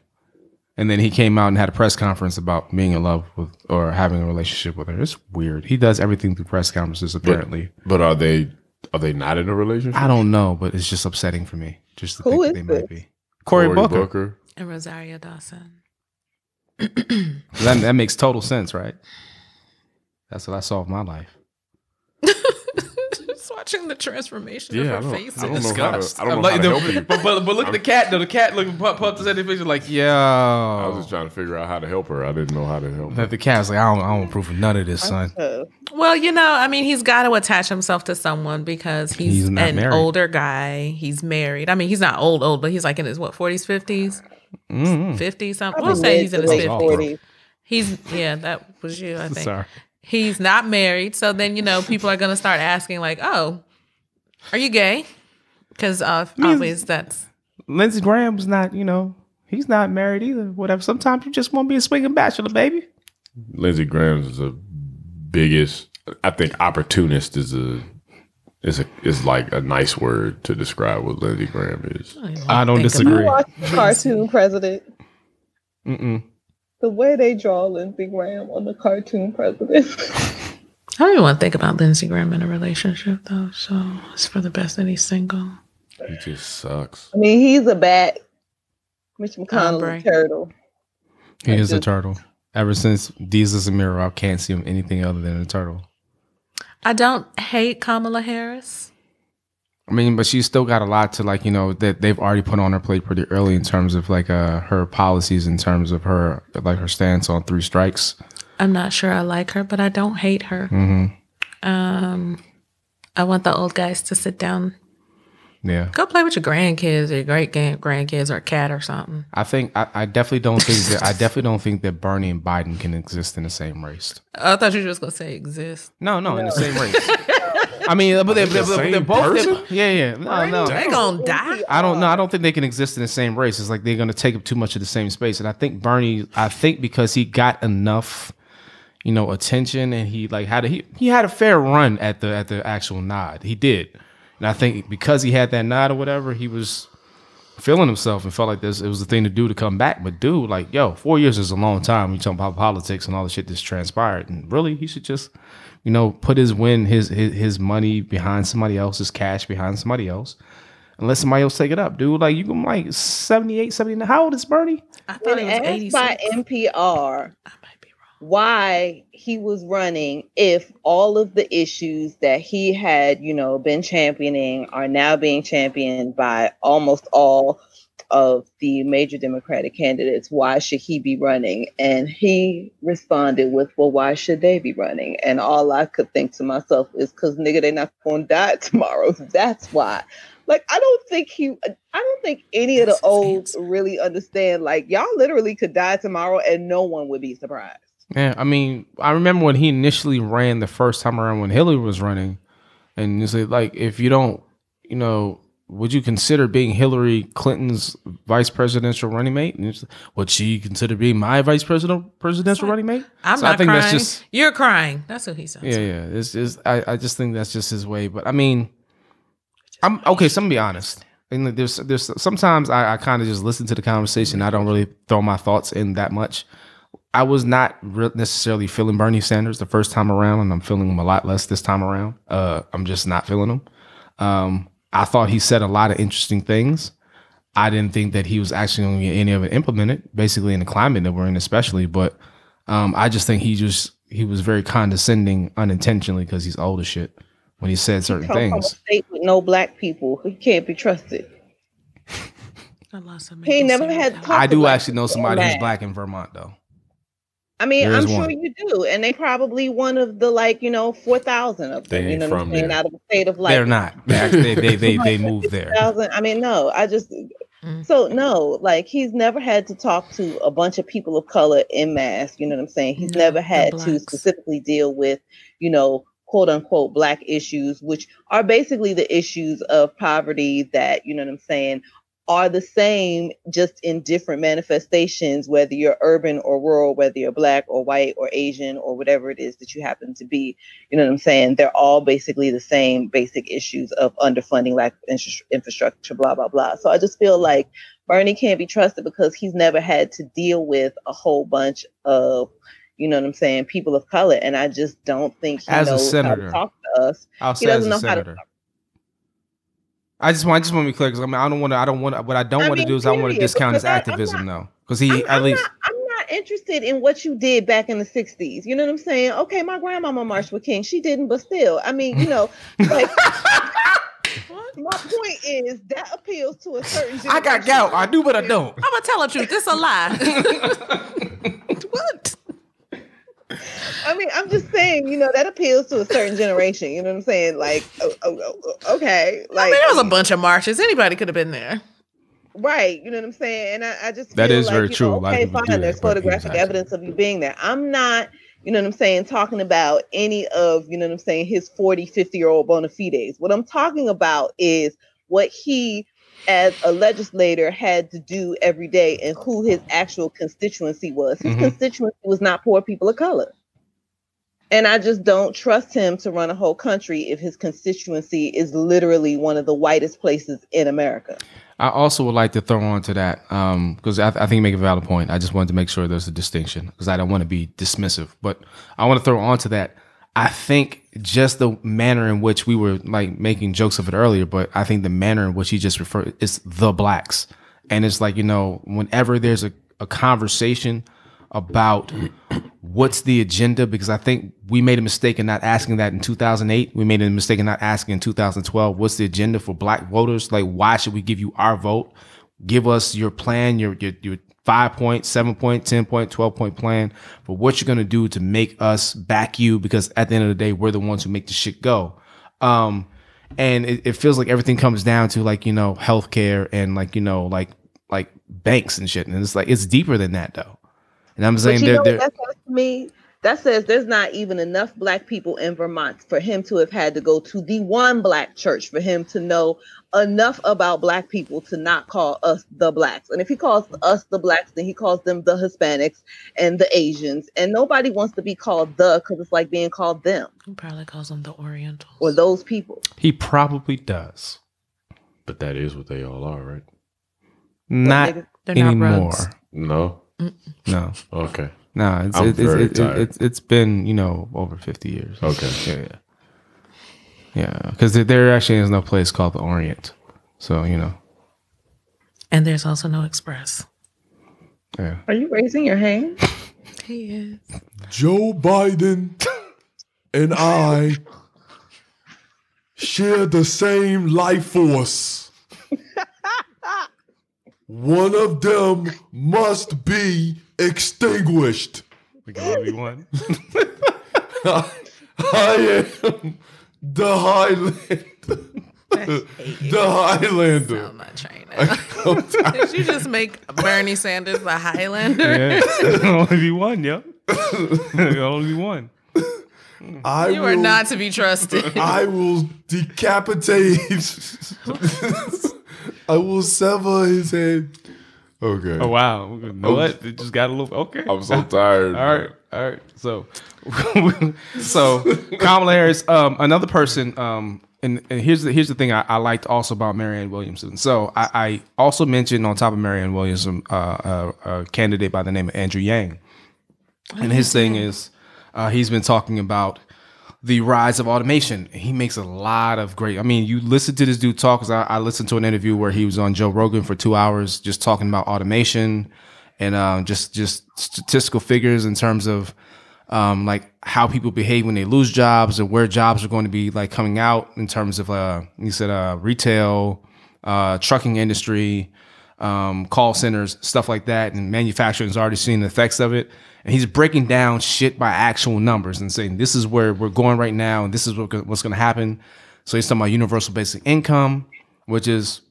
Speaker 4: And then he came out and had a press conference about being in love with or having a relationship with her. It's weird. He does everything through press conferences. Apparently,
Speaker 3: but are they are they not in a relationship?
Speaker 4: I don't know, but it's just upsetting for me. Just to think
Speaker 5: Who
Speaker 4: that
Speaker 5: is
Speaker 4: they
Speaker 5: this?
Speaker 4: might be Cory Booker.
Speaker 2: And Rosario Dawson. (laughs)
Speaker 4: That, that makes total sense, right? That's what I saw in my life.
Speaker 2: Just watching the transformation
Speaker 3: Yeah, I
Speaker 2: of her face.
Speaker 3: don't, I don't know how to, I don't know how
Speaker 2: (laughs)
Speaker 3: to help you.
Speaker 4: but, but but look at the cat though. The cat looked pumped up to that picture like, yeah.
Speaker 3: I was just trying to figure out how to help her. I didn't know how to help her.
Speaker 4: the cat's like, I don't, I don't approve of none of this, son.
Speaker 5: Uh,
Speaker 2: Well, you know, I mean, he's got to attach himself to someone because he's,
Speaker 4: He's not
Speaker 2: an
Speaker 4: married.
Speaker 2: older guy. He's married. I mean, he's not old, old, but he's like in his what, 40s, 50s,
Speaker 4: Mm-hmm.
Speaker 2: 50 something.
Speaker 5: probably
Speaker 2: We'll say
Speaker 5: mid
Speaker 2: he's
Speaker 5: to
Speaker 2: in his
Speaker 5: late
Speaker 2: 50s.
Speaker 5: 40s.
Speaker 2: He's yeah, that was you, I think.
Speaker 4: (laughs) Sorry.
Speaker 2: He's not married, so then you know people are gonna start asking like, "Oh, are you gay?" Because uh, always that's
Speaker 4: Lindsey Graham's not, you know, he's not married either. Whatever. Sometimes you just want to be a swinging bachelor, baby.
Speaker 3: Lindsey Graham's is the biggest. I think opportunist is a is a is like a nice word to describe what Lindsey Graham is.
Speaker 4: I don't
Speaker 2: think
Speaker 4: disagree.
Speaker 5: You watch the cartoon president.
Speaker 4: Mm-mm.
Speaker 5: The way they draw Lindsey Graham on the cartoon president. (laughs)
Speaker 2: I don't even want to think about Lindsey Graham in a relationship though. So it's for the best that he's single.
Speaker 3: He just sucks.
Speaker 5: I mean, he's a bat. Mitch
Speaker 2: Ombre.
Speaker 5: McConnell, turtle.
Speaker 4: He is a
Speaker 5: just-
Speaker 4: turtle. Ever since Jesus and Miro, I can't see him anything other than a turtle.
Speaker 2: I don't hate Kamala Harris.
Speaker 4: I mean, but she's still got a lot to like, you know, that they've already put on her plate pretty early in terms of like uh her policies, in terms of her like her stance on three strikes.
Speaker 2: I'm not sure I like her, but I don't hate her.
Speaker 4: hmm
Speaker 2: Um, I want the old guys to sit down,
Speaker 4: Yeah,
Speaker 2: go play with your grandkids or your great grand- grandkids or a cat or something.
Speaker 4: I think I, I definitely don't think that I definitely don't think that Bernie and Biden can exist in the same race.
Speaker 2: I thought you were just gonna say exist.
Speaker 4: No, no, in the same race. (laughs) I mean, but they're, they're, they're,
Speaker 3: same
Speaker 4: they're both.
Speaker 3: person?
Speaker 4: yeah, yeah. No, no.
Speaker 2: They gonna die.
Speaker 4: I don't know. I don't think they can exist in the same race. It's like they're going to take up too much of the same space. And I think Bernie, I think because he got enough, you know, attention and he like had a, he he had a fair run at the at the actual nod. He did, and I think because he had that nod or whatever, he was feeling himself and felt like this it was the thing to do to come back. But dude, like yo, four years is a long time. You talking about politics and all the shit that's transpired, and really he should just. You know, put his win, his, his his money behind somebody else, his cash behind somebody else, and let somebody else take it up, dude. Like you can like 78, 79. How old is Bernie?
Speaker 2: I thought
Speaker 5: And
Speaker 2: it was
Speaker 5: asked
Speaker 2: 86.
Speaker 5: by NPR
Speaker 2: I might be wrong.
Speaker 5: why he was running if all of the issues that he had, you know, been championing are now being championed by almost all of the major Democratic candidates. Why should he be running? And he responded with, Well, why should they be running? And all I could think to myself is, Because nigga, they not gonna die (laughs) tomorrow. That's why. Like, I don't think he, I don't think any of
Speaker 2: That's
Speaker 5: the
Speaker 2: his
Speaker 5: olds
Speaker 2: answer.
Speaker 5: really understand. Like, y'all literally could die tomorrow and no one would be surprised.
Speaker 4: Yeah, I mean, I remember when he initially ran the first time around when Hillary was running, and you said like, if you don't, you know, would you consider being Hillary Clinton's vice presidential running mate? And it's, would she consider being my vice presidential presidential running mate?
Speaker 2: I'm
Speaker 4: So
Speaker 2: not
Speaker 4: I think
Speaker 2: crying.
Speaker 4: that's just
Speaker 2: You're crying. That's what he sounds.
Speaker 4: yeah, yeah. It's just I, I just think that's just his way. But I mean, I'm okay. So I'm gonna be honest. And like, there's there's sometimes I, I kind of just listen to the conversation. I don't really throw my thoughts in that much. I was not re- necessarily feeling Bernie Sanders the first time around, and I'm feeling him a lot less this time around. Uh, I'm just not feeling him. Um, I thought he said a lot of interesting things. I didn't think that he was actually going to get any of it implemented, basically in the climate that we're in, especially. But um, I just think he just he was very condescending unintentionally because he's old as shit when he said certain
Speaker 5: come from a
Speaker 4: things.
Speaker 5: state with no black people. He can't be trusted.
Speaker 2: I lost him.
Speaker 5: He ain't never had
Speaker 4: I do
Speaker 5: black
Speaker 4: actually know somebody who's
Speaker 5: black.
Speaker 4: black in Vermont though.
Speaker 5: I mean,
Speaker 4: There
Speaker 5: I'm
Speaker 4: is
Speaker 5: sure
Speaker 4: one.
Speaker 5: you do, and they probably one of the like you know four thousand of
Speaker 3: They
Speaker 5: them. You
Speaker 3: ain't
Speaker 5: know what
Speaker 3: from
Speaker 5: I'm saying?
Speaker 3: there.
Speaker 5: Out of a state of like
Speaker 4: They're
Speaker 5: (laughs)
Speaker 4: not. They, actually- they, they, they moved there.
Speaker 5: 6,000. I mean, no, I just
Speaker 2: Mm.
Speaker 5: so no, like he's never had to talk to a bunch of people of color in mass. You know what I'm saying? He's
Speaker 2: No,
Speaker 5: never
Speaker 2: the
Speaker 5: had to
Speaker 2: blacks.
Speaker 5: specifically deal with, you know, quote unquote black issues, which are basically the issues of poverty that, you know what I'm saying, are the same just in different manifestations, whether you're urban or rural, whether you're black or white or Asian or whatever it is that you happen to be. You know what I'm saying? They're all basically the same basic issues of underfunding, lack of infra- infrastructure, blah, blah, blah. So I just feel like Bernie can't be trusted because he's never had to deal with a whole bunch of, you know what I'm saying, people of color. And I just don't think he
Speaker 4: As a
Speaker 5: knows how
Speaker 4: senator.
Speaker 5: to talk to us.
Speaker 4: I'll
Speaker 5: He
Speaker 4: say as
Speaker 5: doesn't
Speaker 4: a
Speaker 5: know how to
Speaker 4: senator. I just want I just want to be clear because I mean I don't want to I don't want to, what I don't
Speaker 5: I
Speaker 4: want to
Speaker 5: mean,
Speaker 4: do is I want to
Speaker 5: period,
Speaker 4: discount his
Speaker 5: because I- I'm
Speaker 4: activism though because he
Speaker 5: I'm,
Speaker 4: at
Speaker 5: I'm
Speaker 4: least
Speaker 5: Not, I'm not interested in what you did back in the 60s. You know what I'm saying? Okay, my grandmama marched with King. She didn't, but still. I mean, you know,
Speaker 4: (laughs)
Speaker 5: like, my point is that appeals to a certain
Speaker 4: I got
Speaker 5: generation.
Speaker 4: gout I do but I don't.
Speaker 2: I'm gonna tell the truth. This a
Speaker 4: (laughs)
Speaker 2: lie. (laughs) what?
Speaker 5: I mean, I'm just saying, you know, that appeals to a certain generation. You know what I'm saying? Like, oh, oh, oh, oh, okay,
Speaker 2: I
Speaker 5: like,
Speaker 2: mean, there was a bunch of marches. Anybody could have been there.
Speaker 5: right? You know what I'm saying? And I, I just
Speaker 4: That
Speaker 5: feel
Speaker 4: is
Speaker 5: like,
Speaker 4: very
Speaker 5: you
Speaker 4: true. A
Speaker 5: Know,
Speaker 4: lot of
Speaker 5: okay,
Speaker 4: people
Speaker 5: fine.
Speaker 4: do that,
Speaker 5: There's
Speaker 4: but he was
Speaker 5: photographic
Speaker 4: actually-
Speaker 5: evidence of you being there. I'm not, you know what I'm saying, talking about any of, you know what I'm saying, his 40, 50 year old bona fides. What I'm talking about is what he as a legislator had to do every day and who his actual constituency was. His
Speaker 4: Mhm.
Speaker 5: constituency was not poor people of color. And I just don't trust him to run a whole country if his constituency is literally one of the whitest places in America.
Speaker 4: I also would like to throw on to that because I, I think you make a valid point. I just wanted to make sure there's a distinction because I don't want to be dismissive, but I want to throw on to that. I think just the manner in which we were like making jokes of it earlier, but I think the manner in which he just referred is the blacks, and it's like you know whenever there's a, a conversation about what's the agenda because I think we made a mistake in not asking that in 2008. We made a mistake in not asking in 2012. What's the agenda for black voters? Like, why should we give you our vote? Give us your plan, your your, your five point, seven point, 10 point, 12 point plan for what you're going to do to make us back you because at the end of the day, we're the ones who make the shit go. Um, and it, it feels like everything comes down to like, you know, healthcare and like, you know, like, like banks and shit. And it's like, it's deeper than that though. And I'm saying
Speaker 5: But you
Speaker 4: they're,
Speaker 5: know
Speaker 4: they're,
Speaker 5: what that says to me? That says there's not even enough black people in Vermont for him to have had to go to the one black church for him to know enough about black people to not call us the blacks. And if he calls us the blacks, then he calls them the Hispanics and the Asians. And nobody wants to be called the because it's like being called them
Speaker 2: He probably calls them the Orientals.
Speaker 5: or those people.
Speaker 4: He probably does.
Speaker 3: But that is what they all are, right?
Speaker 4: Not
Speaker 5: niggas-
Speaker 2: They're
Speaker 4: anymore.
Speaker 2: rugs.
Speaker 3: No.
Speaker 4: No,
Speaker 3: Okay.
Speaker 4: no. It's,
Speaker 3: I'm
Speaker 4: it's,
Speaker 3: very
Speaker 4: it's, it's,
Speaker 3: tired. Oh,
Speaker 4: it's, it's been you know over fifty years.
Speaker 3: Okay.
Speaker 4: Yeah, yeah, yeah. Because there, there actually is no place called the Orient. So you know,
Speaker 2: And there's also no express.
Speaker 4: yeah.
Speaker 5: Are you raising your hand?
Speaker 2: He is.
Speaker 3: Joe Biden and I share the same life force. One of them must be extinguished.
Speaker 4: We can only be one.
Speaker 3: (laughs) I am the Highlander. the Highlander.
Speaker 2: I'm not trying to. (laughs) Did you just make Bernie Sanders the Highlander?
Speaker 4: yeah, we can (laughs) only be one. Yeah, we can (laughs) only be one.
Speaker 2: (laughs)
Speaker 3: I
Speaker 2: You are not to be trusted.
Speaker 3: I will decapitate. (laughs) I will sever his head. Okay.
Speaker 4: Oh wow! You know what? It just got a little okay.
Speaker 3: I'm so tired.
Speaker 4: All right, all right. So, (laughs) so Kamala Harris, um, another person. Um, and, and here's the here's the thing I, I liked also about Marianne Williamson. So I, I also mentioned on top of Marianne Williamson, uh, a, a candidate by the name of Andrew Yang, and his thing is uh, he's been talking about the rise of automation. He makes a lot of great. I mean, you listen to this dude talk. Cause I, I listened to an interview where he was on Joe Rogan for two hours, just talking about automation and um, just just statistical figures in terms of um, like how people behave when they lose jobs and where jobs are going to be like coming out in terms of uh, he said uh, retail, uh, trucking industry, um, call centers, stuff like that, and manufacturing has already seen the effects of it. And he's breaking down shit by actual numbers and saying this is where we're going right now, and this is what, go- what's going to happen. So he's talking about universal basic income, which is,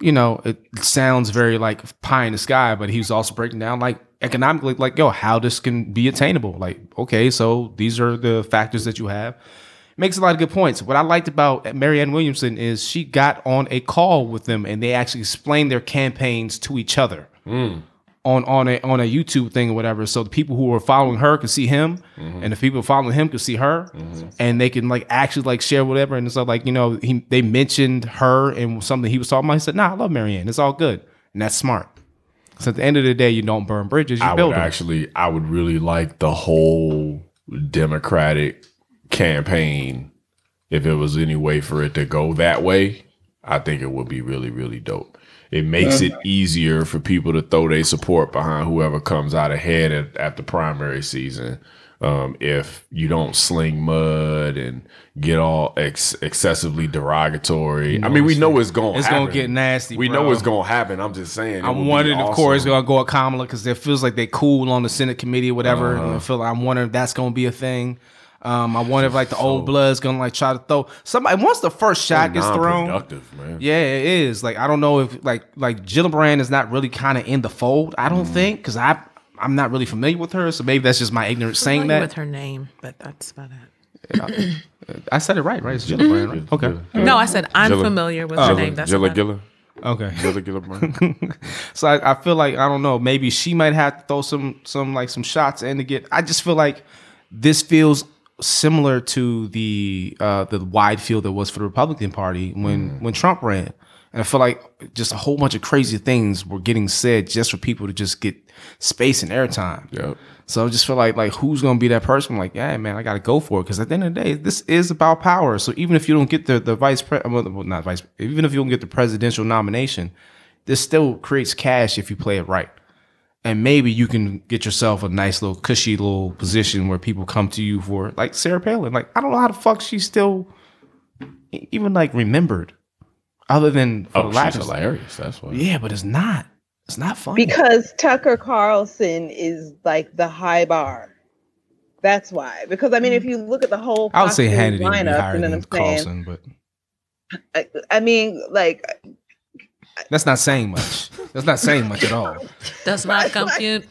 Speaker 4: you know, it sounds very like pie in the sky, but he was also breaking down like economically, like yo, how this can be attainable. Like, okay, so these are the factors that you have makes a lot of good points. What I liked about Marianne Williamson is she got on a call with them and they actually explained their campaigns to each other
Speaker 3: Hmm.
Speaker 4: on on a on a YouTube thing or whatever. So the people who were following her could see him,
Speaker 3: Mm-hmm.
Speaker 4: and the people following him could see her, and they can like actually like share whatever. And it's like, like you know he they mentioned her and something he was talking about. He said, "Nah, I love Marianne. It's all good, and that's smart." So at the end of the day, you don't burn bridges, you
Speaker 3: I
Speaker 4: build
Speaker 3: would
Speaker 4: them.
Speaker 3: actually, I would really like the whole Democratic campaign. If it was any way for it to go that way, I think it would be really, really dope. It makes it easier for people to throw their support behind whoever comes out ahead at, at the primary season. Um, if you don't sling mud and get all ex- excessively derogatory, I mean, we know it's going.
Speaker 4: It's gonna get nasty,
Speaker 3: We know
Speaker 4: bro.
Speaker 3: it's going to happen. I'm just saying. it would
Speaker 4: I'm
Speaker 3: be
Speaker 4: wondering, of course,
Speaker 3: awesome.
Speaker 4: gonna go with Kamala because it feels like they cool on the Senate committee or whatever. And
Speaker 3: Uh-huh.
Speaker 4: I feel like I'm wondering if that's gonna be a thing. Um, I wonder if like the old blood's gonna like try to throw somebody once the first
Speaker 3: Oh,
Speaker 4: shot gets thrown.
Speaker 3: Non-productive, man.
Speaker 4: Yeah, it is. Like I don't know if like like Gillibrand is not really kind of in the fold. I
Speaker 3: Mm.
Speaker 4: don't think because I I'm not really familiar with her, so maybe that's just my ignorance saying
Speaker 2: Familiar
Speaker 4: that.
Speaker 2: with her name, but that's about it.
Speaker 4: I said it right, right? It's
Speaker 2: Mm-hmm.
Speaker 4: Gillibrand, right? Okay,
Speaker 2: No, I said I'm familiar with her
Speaker 4: Oh.
Speaker 2: name. That's
Speaker 3: Jilla
Speaker 2: about it.
Speaker 3: Gilla.
Speaker 4: okay.
Speaker 3: Jilla Gilla
Speaker 4: (laughs)
Speaker 3: Brown.
Speaker 4: So I, I feel like I don't know. Maybe she might have to throw some some like some shots in to get. I just feel like this feels similar to the uh, the wide field that was for the Republican Party when when Trump ran, and I feel like just a whole bunch of crazy things were getting said just for people to just get space and airtime.
Speaker 3: Yep.
Speaker 4: So I just feel like like who's gonna be that person? like, yeah, man, I gotta go for it because at the end of the day, this is about power. So even if you don't get the the vice pre, well, well, not vice, even if you don't get the presidential nomination, this still creates cash if you play it right. And maybe you can get yourself a nice little cushy little position where people come to you for like Sarah Palin. Like I don't know how the fuck she's still e- even like remembered, other than for
Speaker 3: Oh,
Speaker 4: the
Speaker 3: she's
Speaker 4: laugh.
Speaker 3: hilarious. That's why.
Speaker 4: Yeah, but it's not. It's not funny.
Speaker 5: because Tucker Carlson is like the high bar. That's why. Because I mean, if you look at the whole
Speaker 4: Mm. I would say
Speaker 5: Fox News
Speaker 4: Hannity would be
Speaker 5: lineup,
Speaker 4: higher
Speaker 5: you know
Speaker 4: than
Speaker 5: what I'm saying?
Speaker 4: Carlson, but.
Speaker 5: I, I mean, like
Speaker 4: That's not saying much. That's not saying much at all.
Speaker 2: Does not compute.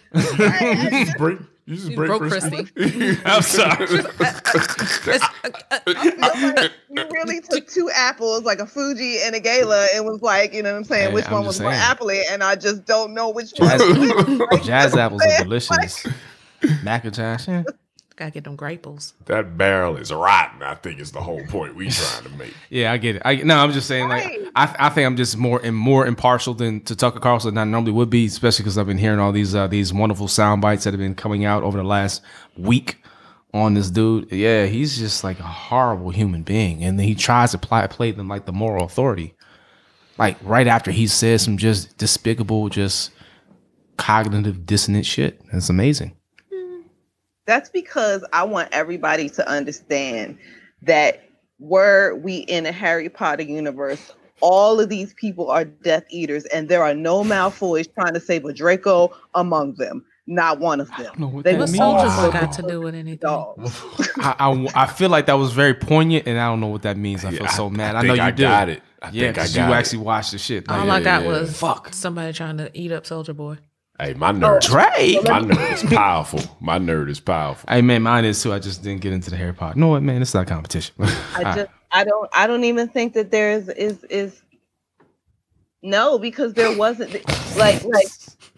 Speaker 3: Break, you just
Speaker 2: You broke Christie.
Speaker 3: I'm sorry. (laughs)
Speaker 2: It's- uh, uh, uh, uh,
Speaker 5: you really took two apples, like a Fuji and a Gala, and was like, you know what I'm saying?
Speaker 4: Hey,
Speaker 5: which
Speaker 4: I'm
Speaker 5: one was
Speaker 4: just
Speaker 5: more
Speaker 4: saying.
Speaker 5: apple? And I just don't know which one.
Speaker 4: Jazz, jazz apples are delicious. Macintosh. Yeah.
Speaker 2: Gotta get them grapes.
Speaker 3: that barrel is rotten. I think is the whole point we trying to make.
Speaker 4: yeah, I get it. I, no, I'm just saying. Like,
Speaker 5: Right.
Speaker 4: I, I think I'm just more and more impartial than to Tucker Carlson than I normally would be, especially because I've been hearing all these uh, these wonderful sound bites that have been coming out over the last week on this dude. Yeah, he's just like a horrible human being, and then he tries to play play them like the moral authority. Like right after he says some just despicable, just cognitive dissonant shit. It's amazing.
Speaker 5: That's because I want everybody to understand that were we in a Harry Potter universe, all of these people are Death Eaters, and there are no Malfoys trying to save a Draco among them. Not one of
Speaker 4: (laughs)
Speaker 5: them.
Speaker 4: know what
Speaker 5: they
Speaker 4: that
Speaker 5: were
Speaker 2: What
Speaker 4: means.
Speaker 5: all
Speaker 2: soldiers have got to do with anything?
Speaker 5: dogs.
Speaker 4: I, I, I feel like that was very poignant, and I don't know what that means. I feel
Speaker 3: Yeah,
Speaker 4: so mad. I,
Speaker 3: think
Speaker 4: know you
Speaker 3: I
Speaker 4: did.
Speaker 3: got it. I
Speaker 4: Yeah,
Speaker 3: think I
Speaker 4: 'cause
Speaker 3: got
Speaker 4: you
Speaker 3: it.
Speaker 4: actually watched the shit.
Speaker 2: All
Speaker 4: Like,
Speaker 2: I got
Speaker 3: yeah.
Speaker 2: was
Speaker 4: Fuck.
Speaker 2: somebody trying to eat up Soldier Boy.
Speaker 3: Hey, my nerd.
Speaker 4: Dre.
Speaker 3: My nerd is powerful. My nerd is powerful.
Speaker 4: Hey man, mine is too. I just didn't get into the Harry Potter. No, man, it's not competition. (laughs)
Speaker 5: I just I don't I don't even think that there is is is no because there wasn't like like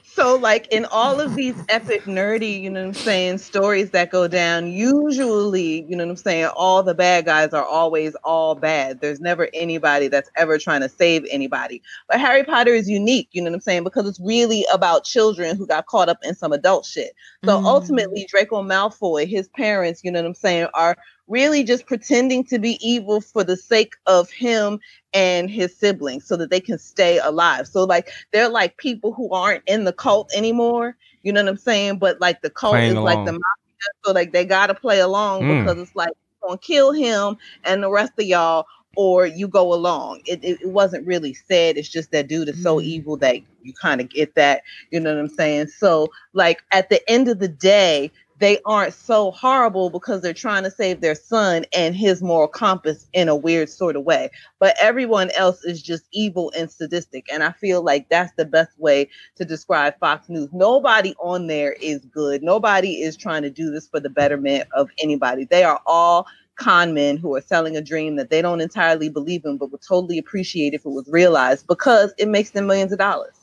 Speaker 5: so like in all of these epic nerdy you know what I'm saying stories that go down usually you know what I'm saying all the bad guys are always all bad there's never anybody that's ever trying to save anybody but Harry Potter is unique you know what I'm saying because it's really about children who got caught up in some adult shit so
Speaker 2: Mm.
Speaker 5: ultimately Draco Malfoy his parents you know what I'm saying are really just pretending to be evil for the sake of him and his siblings so that they can stay alive. So like they're like people who aren't in the cult anymore. You know what I'm saying? But like the cult
Speaker 4: Playing
Speaker 5: is like the
Speaker 4: along.
Speaker 5: mafia. So like they gotta play along
Speaker 4: Mm.
Speaker 5: because it's like we're gonna kill him and the rest of y'all or you go along. It, it, it wasn't really said. It's just that dude is so evil that you kind of get that. You know what I'm saying? So, like, at the end of the day, they aren't so horrible because they're trying to save their son and his moral compass in a weird sort of way. But everyone else is just evil and sadistic. And I feel like that's the best way to describe Fox News. Nobody on there is good. Nobody is trying to do this for the betterment of anybody. They are all con men who are selling a dream that they don't entirely believe in, but would totally appreciate if it was realized because it makes them millions of dollars.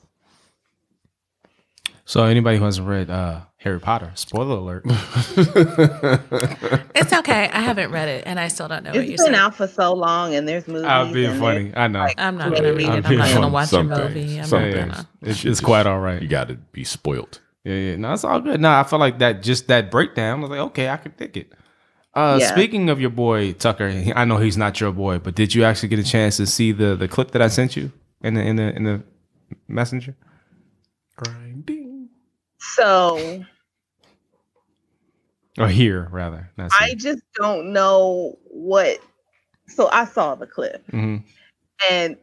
Speaker 4: So anybody who hasn't read uh, Harry Potter, spoiler
Speaker 5: (laughs)
Speaker 4: alert.
Speaker 2: It's okay. I haven't read it, and I still don't know what you're
Speaker 5: It's been
Speaker 2: saying.
Speaker 5: out for so long, and there's movies.
Speaker 4: I'll be
Speaker 5: and
Speaker 4: funny. I know.
Speaker 2: I'm not gonna read
Speaker 4: I'm
Speaker 2: it. I'm not gonna
Speaker 4: doing
Speaker 2: watch
Speaker 3: some
Speaker 2: a movie.
Speaker 3: things.
Speaker 2: I'm
Speaker 3: Some
Speaker 2: not
Speaker 3: things.
Speaker 2: gonna.
Speaker 4: (laughs) It's, it's quite all
Speaker 3: You
Speaker 4: right.
Speaker 3: got to be spoiled.
Speaker 4: Yeah, yeah. No, it's all good. No, I felt like that. Just that breakdown. I was like, okay, I can take it. Uh,
Speaker 5: Yeah.
Speaker 4: Speaking of your boy Tucker, I know he's not your boy, but did you actually get a chance to see the the clip that I sent you in the in the in the messenger?
Speaker 3: Grinding.
Speaker 5: So
Speaker 4: Or here, rather. Not see.
Speaker 5: I just don't know what. So I saw the clip.
Speaker 4: Mhm.
Speaker 5: and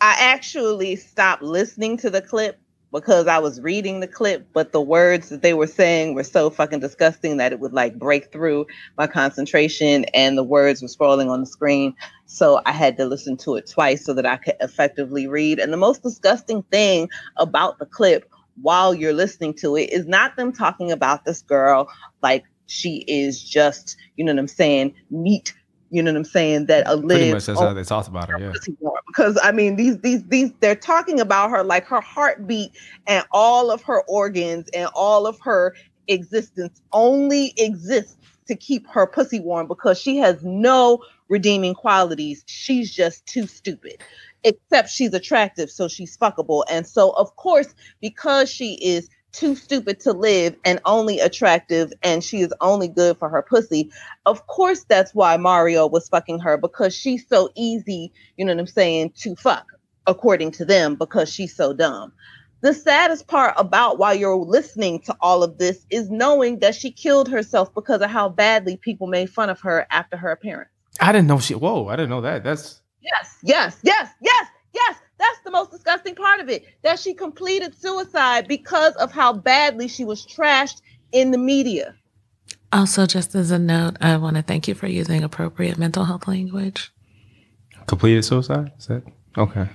Speaker 5: I actually stopped listening to the clip because I was reading the clip, but the words that they were saying were so fucking disgusting that it would like break through my concentration and the words were scrolling on the screen. So I had to listen to it twice so that I could effectively read. And the most disgusting thing about the clip while you're listening to it is not them talking about this girl like she is just, you know what I'm saying, meat, you know what I'm saying, that a
Speaker 4: Pretty much
Speaker 5: lives
Speaker 4: that's
Speaker 5: on
Speaker 4: how they talked about it. Yeah.
Speaker 5: pussy more, because I mean these these these they're talking about her like her heartbeat and all of her organs and all of her existence only exists to keep her pussy warm because she has no redeeming qualities. She's just too stupid. Except she's attractive, so she's fuckable. And so of course, because she is too stupid to live and only attractive and she is only good for her pussy. Of course that's why Mario was fucking her because she's so easy you know what I'm saying, to fuck, according to them, because she's so dumb. The saddest part about while you're listening to all of this is knowing that she killed herself because of how badly people made fun of her after her appearance.
Speaker 4: I didn't know she. Whoa, I didn't know that. That's
Speaker 5: Yes, yes, yes, yes, yes. That's the most disgusting part of it that she completed suicide because of how badly she was trashed in the media.
Speaker 2: Also, just as a note, I want to thank you for using appropriate mental health language.
Speaker 4: completed suicide. Is that okay?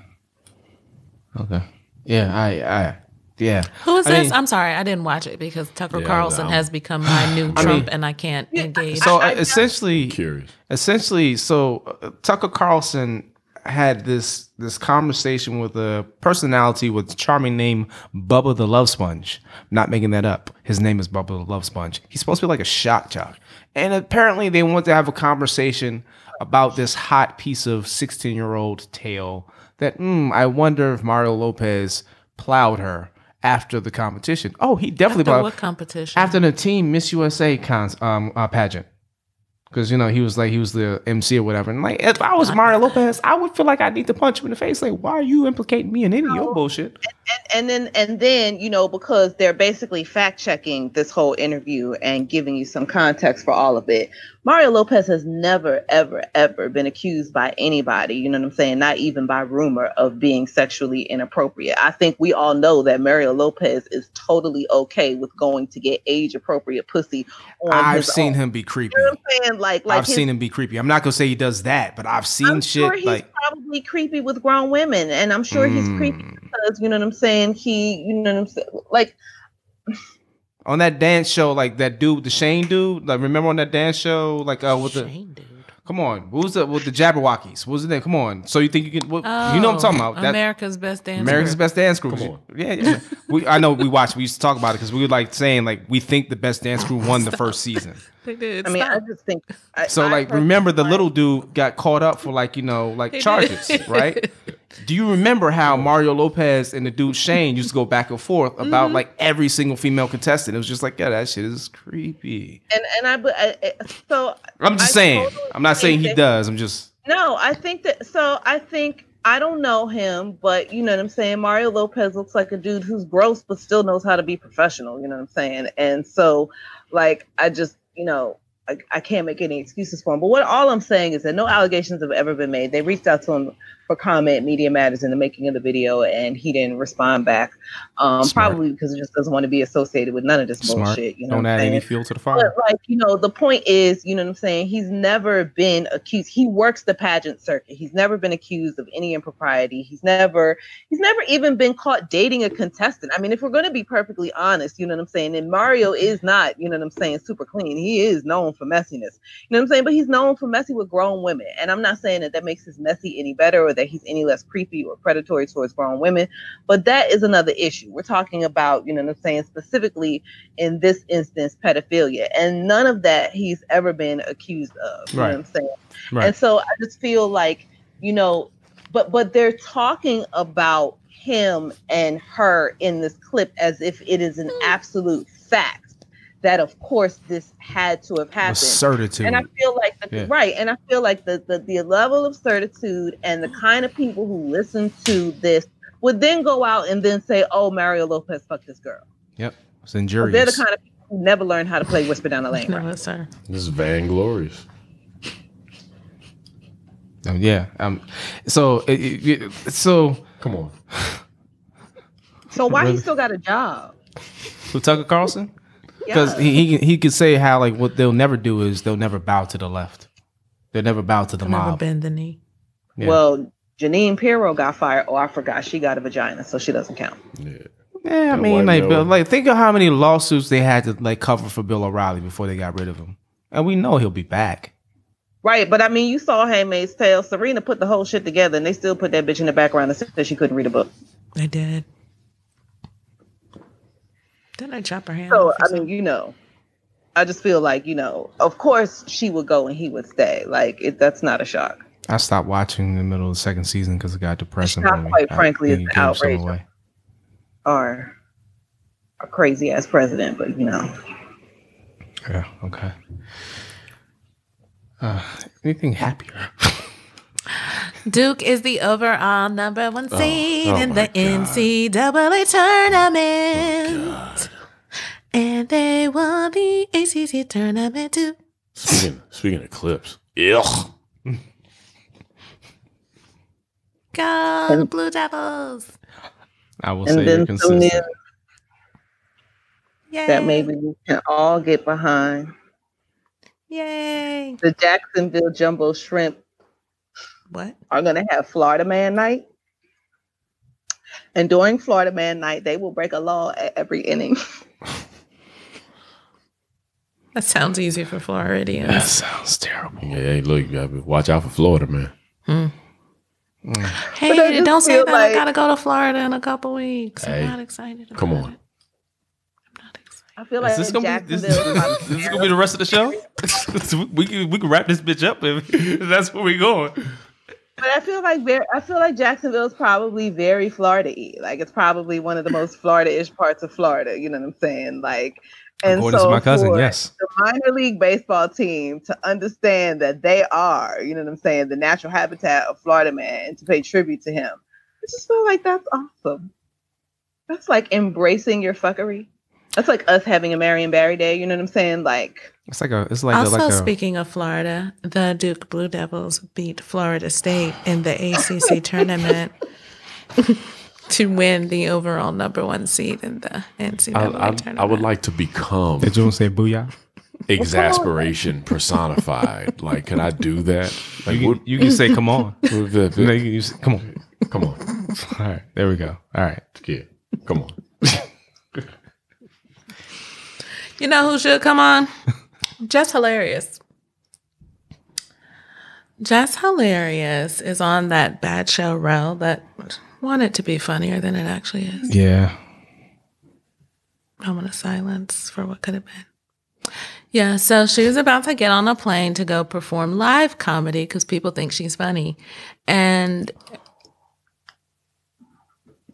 Speaker 4: Okay. Yeah. I. I. Yeah.
Speaker 2: Who is
Speaker 4: I
Speaker 2: this?
Speaker 4: mean-
Speaker 2: I'm sorry, I didn't watch it because Tucker
Speaker 3: Yeah,
Speaker 2: Carlson
Speaker 3: I'm-
Speaker 2: has become
Speaker 4: (sighs)
Speaker 2: my new Trump, and I can't
Speaker 5: Yeah,
Speaker 2: engage.
Speaker 4: So
Speaker 5: I- I-
Speaker 4: essentially,
Speaker 3: Curious.
Speaker 4: essentially so uh, tucker carlson had this this conversation with a personality with the charming name bubba the love sponge not making that up his name is bubba the love sponge he's supposed to be like a shock jock and apparently they want to have a conversation about this hot piece of 16 year old tale that mm, i wonder if mario lopez plowed her after the competition oh he definitely
Speaker 2: After
Speaker 4: plowed
Speaker 2: what competition?
Speaker 4: after the team Miss USA cons um uh, pageant. Because you know he was like he was the MC or whatever, and like if I was Mario Lopez, I would feel like I need to punch him in the face. Like, why are you implicating me in any of your bullshit?
Speaker 5: and then and then you know because they're basically fact checking this whole interview and giving you some context for all of it mario lopez has never ever ever been accused by anybody you know what i'm saying not even by rumor of being sexually inappropriate i think we all know that mario lopez is totally okay with going to get age appropriate pussy on
Speaker 4: I've
Speaker 5: Uh, his
Speaker 4: seen
Speaker 5: own.
Speaker 4: him be creepy.
Speaker 5: you know what i'm saying like like
Speaker 4: I've
Speaker 5: his
Speaker 4: seen him be creepy. I'm not gonna say he does that, but I've seen
Speaker 5: I'm
Speaker 4: shit
Speaker 5: sure he's
Speaker 4: like
Speaker 5: probably creepy with grown women, and I'm sure he's creepy
Speaker 4: Mm.
Speaker 5: because you know what I'm saying. He, you know what I'm saying. Like
Speaker 4: on that dance show, like that dude, the Shane dude. Like remember on that dance show, like uh, with the
Speaker 2: Shane, dude.
Speaker 4: come on, what was the with the Jabberwockies? What was the name? Come on, so you think you can? What, you
Speaker 5: Oh,
Speaker 4: know what I'm talking about? That-
Speaker 2: Oh, America's best dancer.
Speaker 4: America's Best Dance Crew.
Speaker 3: Come on.
Speaker 4: Yeah, yeah. we, I know we watched. We used to talk about it because we were like saying like we think the Best Dance Crew won the first season.
Speaker 2: They did.
Speaker 5: I mean,
Speaker 2: Stop.
Speaker 5: I just think. I,
Speaker 4: So
Speaker 5: I
Speaker 4: like,
Speaker 5: personally
Speaker 4: remember the
Speaker 5: find-
Speaker 4: little dude got caught up for like you know like
Speaker 2: They
Speaker 4: charges,
Speaker 2: did.
Speaker 4: right? Do you remember how Mario Lopez and the dude Shane used to go back and forth about
Speaker 5: Mm-hmm.
Speaker 4: like every single female contestant? It was just like, yeah, that shit is creepy.
Speaker 5: and and I, but I, I- so
Speaker 4: I'm just
Speaker 5: I
Speaker 4: saying.
Speaker 5: totally
Speaker 4: I'm not saying
Speaker 5: think
Speaker 4: he
Speaker 5: that-
Speaker 4: does. I'm just
Speaker 5: no, I think that. So I think I don't know him, but you know what I'm saying. Mario Lopez looks like a dude who's gross but still knows how to be professional. You know what I'm saying. And so, like, I just you know. I, I can't make any excuses for him. But what all I'm saying is that no allegations have ever been made. They reached out to him for comment, media matters in the making of the video, and he didn't respond back. Um,
Speaker 4: Smart.
Speaker 5: probably because he just doesn't want to be associated with none of this
Speaker 4: Smart.
Speaker 5: bullshit. You know
Speaker 4: Don't
Speaker 5: what I'm
Speaker 4: add
Speaker 5: saying?
Speaker 4: any fuel to the fire.
Speaker 5: But like, you know, the point is, you know what I'm saying? He's never been accused. He works the pageant circuit. He's never been accused of any impropriety. He's never he's never even been caught dating a contestant. I mean, if we're gonna be perfectly honest, you know what I'm saying? And Mario is not, you know what I'm saying, super clean. He is known for messiness. You know what I'm saying? But he's known for messy with grown women. And I'm not saying that that makes his messy any better or that he's any less creepy or predatory towards grown women. But that is another issue. We're talking about, you know what I'm saying, specifically in this instance pedophilia and none of that he's ever been accused of you
Speaker 1: Right.
Speaker 5: know what i'm saying
Speaker 1: Right.
Speaker 5: and so i just feel like you know but but they're talking about him and her in this clip as if it is an absolute fact that of course this had to have
Speaker 4: With
Speaker 5: happened
Speaker 4: certitude.
Speaker 5: and I feel like the,
Speaker 4: Yeah.
Speaker 5: right, and I feel like the, the the level of certitude and the kind of people who listen to this would then go out and then say, "Oh, Mario Lopez fucked this girl."
Speaker 4: yep. It's
Speaker 5: But they're the
Speaker 4: injurious.
Speaker 5: kind of people who never learn how to play Whisper Down the Lane.
Speaker 2: No,
Speaker 5: right?
Speaker 2: sir.
Speaker 3: This is vainglorious.
Speaker 4: Um, yeah. Um, so, it, it- it- so
Speaker 3: Come on.
Speaker 5: So why he
Speaker 4: Really?
Speaker 5: still got a job?
Speaker 4: who Tucker Carlson? Because
Speaker 5: Yeah.
Speaker 4: he, he he could say how like what they'll never do is they'll never bow to the left. They'll never bow to the
Speaker 2: I've never
Speaker 4: mob.
Speaker 2: bend the knee.
Speaker 4: yeah.
Speaker 5: Well, Janine Pirro got fired. Oh, I forgot she got a vagina, so she doesn't count.
Speaker 3: Yeah.
Speaker 4: Yeah, I
Speaker 3: The
Speaker 4: mean,
Speaker 3: white
Speaker 4: like,
Speaker 3: man
Speaker 4: Bill,
Speaker 3: one.
Speaker 4: like, think of how many lawsuits they had to like cover for Bill O'Reilly before they got rid of him, and we know he'll be back.
Speaker 5: Right, but I mean, you saw Handmaid's Tale. Serena put the whole shit together, and they still put that bitch in the background and said she couldn't read a book.
Speaker 2: I did. Didn't I chop her hand?
Speaker 5: So
Speaker 2: off or
Speaker 5: I mean, you know, I just feel like you know, of course she would go and he would stay. Like it, that's not a shock.
Speaker 4: I stopped watching in the middle of the second season because it got depressing.
Speaker 5: Not
Speaker 4: for me.
Speaker 5: quite
Speaker 4: I
Speaker 5: frankly,
Speaker 4: think
Speaker 5: it's
Speaker 4: it gave some
Speaker 5: outrageous.
Speaker 4: away.
Speaker 5: Or a crazy ass president, but you know,
Speaker 4: Yeah. Okay. Uh, anything happier?
Speaker 2: Duke is the overall number one seed
Speaker 3: oh
Speaker 2: in
Speaker 3: my
Speaker 2: the
Speaker 3: God. Oh,
Speaker 2: NCAA tournament. and they won the ACC tournament too.
Speaker 3: Speaking, speaking of clips. Ugh.
Speaker 2: Go the Blue Devils.
Speaker 4: I will say
Speaker 5: and
Speaker 4: you're
Speaker 5: then some news
Speaker 4: consistent.
Speaker 2: Yay.
Speaker 5: that maybe we can all get behind
Speaker 2: Yay.
Speaker 5: the Jacksonville Jumbo Shrimp
Speaker 2: What?
Speaker 5: are going to have Florida Man Night. And during Florida Man Night, they will break a law at every inning. (laughs)
Speaker 2: That sounds easy for Floridians.
Speaker 4: That sounds terrible.
Speaker 3: Yeah, hey, look, you gotta be- watch out for Florida, man.
Speaker 5: But I
Speaker 2: Hey,
Speaker 5: just
Speaker 2: don't say
Speaker 5: feel
Speaker 2: that. I
Speaker 5: like-
Speaker 2: gotta go to Florida in a couple weeks.
Speaker 3: Hey,
Speaker 2: I'm not excited. About
Speaker 3: come on.
Speaker 2: It. I'm not excited.
Speaker 5: I feel
Speaker 4: Is
Speaker 5: like
Speaker 4: this gonna be this,
Speaker 5: Jacksonville.
Speaker 4: this- this is gonna be the rest of the show? (laughs) we can we can wrap this bitch up if if (laughs) that's where we going.
Speaker 5: but I feel like very, I feel like Jacksonville is probably very Florida-y. Like it's probably one of the most Florida-ish parts of Florida. You know what I'm saying? Like, and
Speaker 4: According
Speaker 5: so
Speaker 4: to my cousin,
Speaker 5: for-
Speaker 4: yes.
Speaker 5: the minor league baseball team to understand that they are, you know what I'm saying, the natural habitat of Florida man and to pay tribute to him. I just feel like that's awesome. That's like embracing your fuckery. That's like us having a Marion Barry Day, you know what I'm saying? Like
Speaker 4: It's like a it's like
Speaker 2: also,
Speaker 4: a, like a
Speaker 2: speaking of Florida, the Duke Blue Devils beat Florida State in the (laughs) ACC tournament to win the overall number one seed in the NCAA
Speaker 3: I, I,
Speaker 2: tournament.
Speaker 3: I would like to become
Speaker 4: Did you say booyah?
Speaker 3: exasperation
Speaker 4: (laughs)
Speaker 3: personified. like, can I do that? Like,
Speaker 4: You,
Speaker 3: what?
Speaker 4: can- you can say come on.
Speaker 3: what the- the-
Speaker 4: No, (laughs) you can- you say, come on.
Speaker 3: come on,
Speaker 4: All right, there we go. All right.
Speaker 3: yeah, come on.
Speaker 2: You know who should come
Speaker 3: (laughs)
Speaker 2: on? Just Hilarious. Just Hilarious is on that bad show row that wanted to be funnier than it actually is.
Speaker 4: Yeah.
Speaker 2: moment of silence for what could have been. Yeah, so she was about to get on a plane to go perform live comedy because people think she's funny. And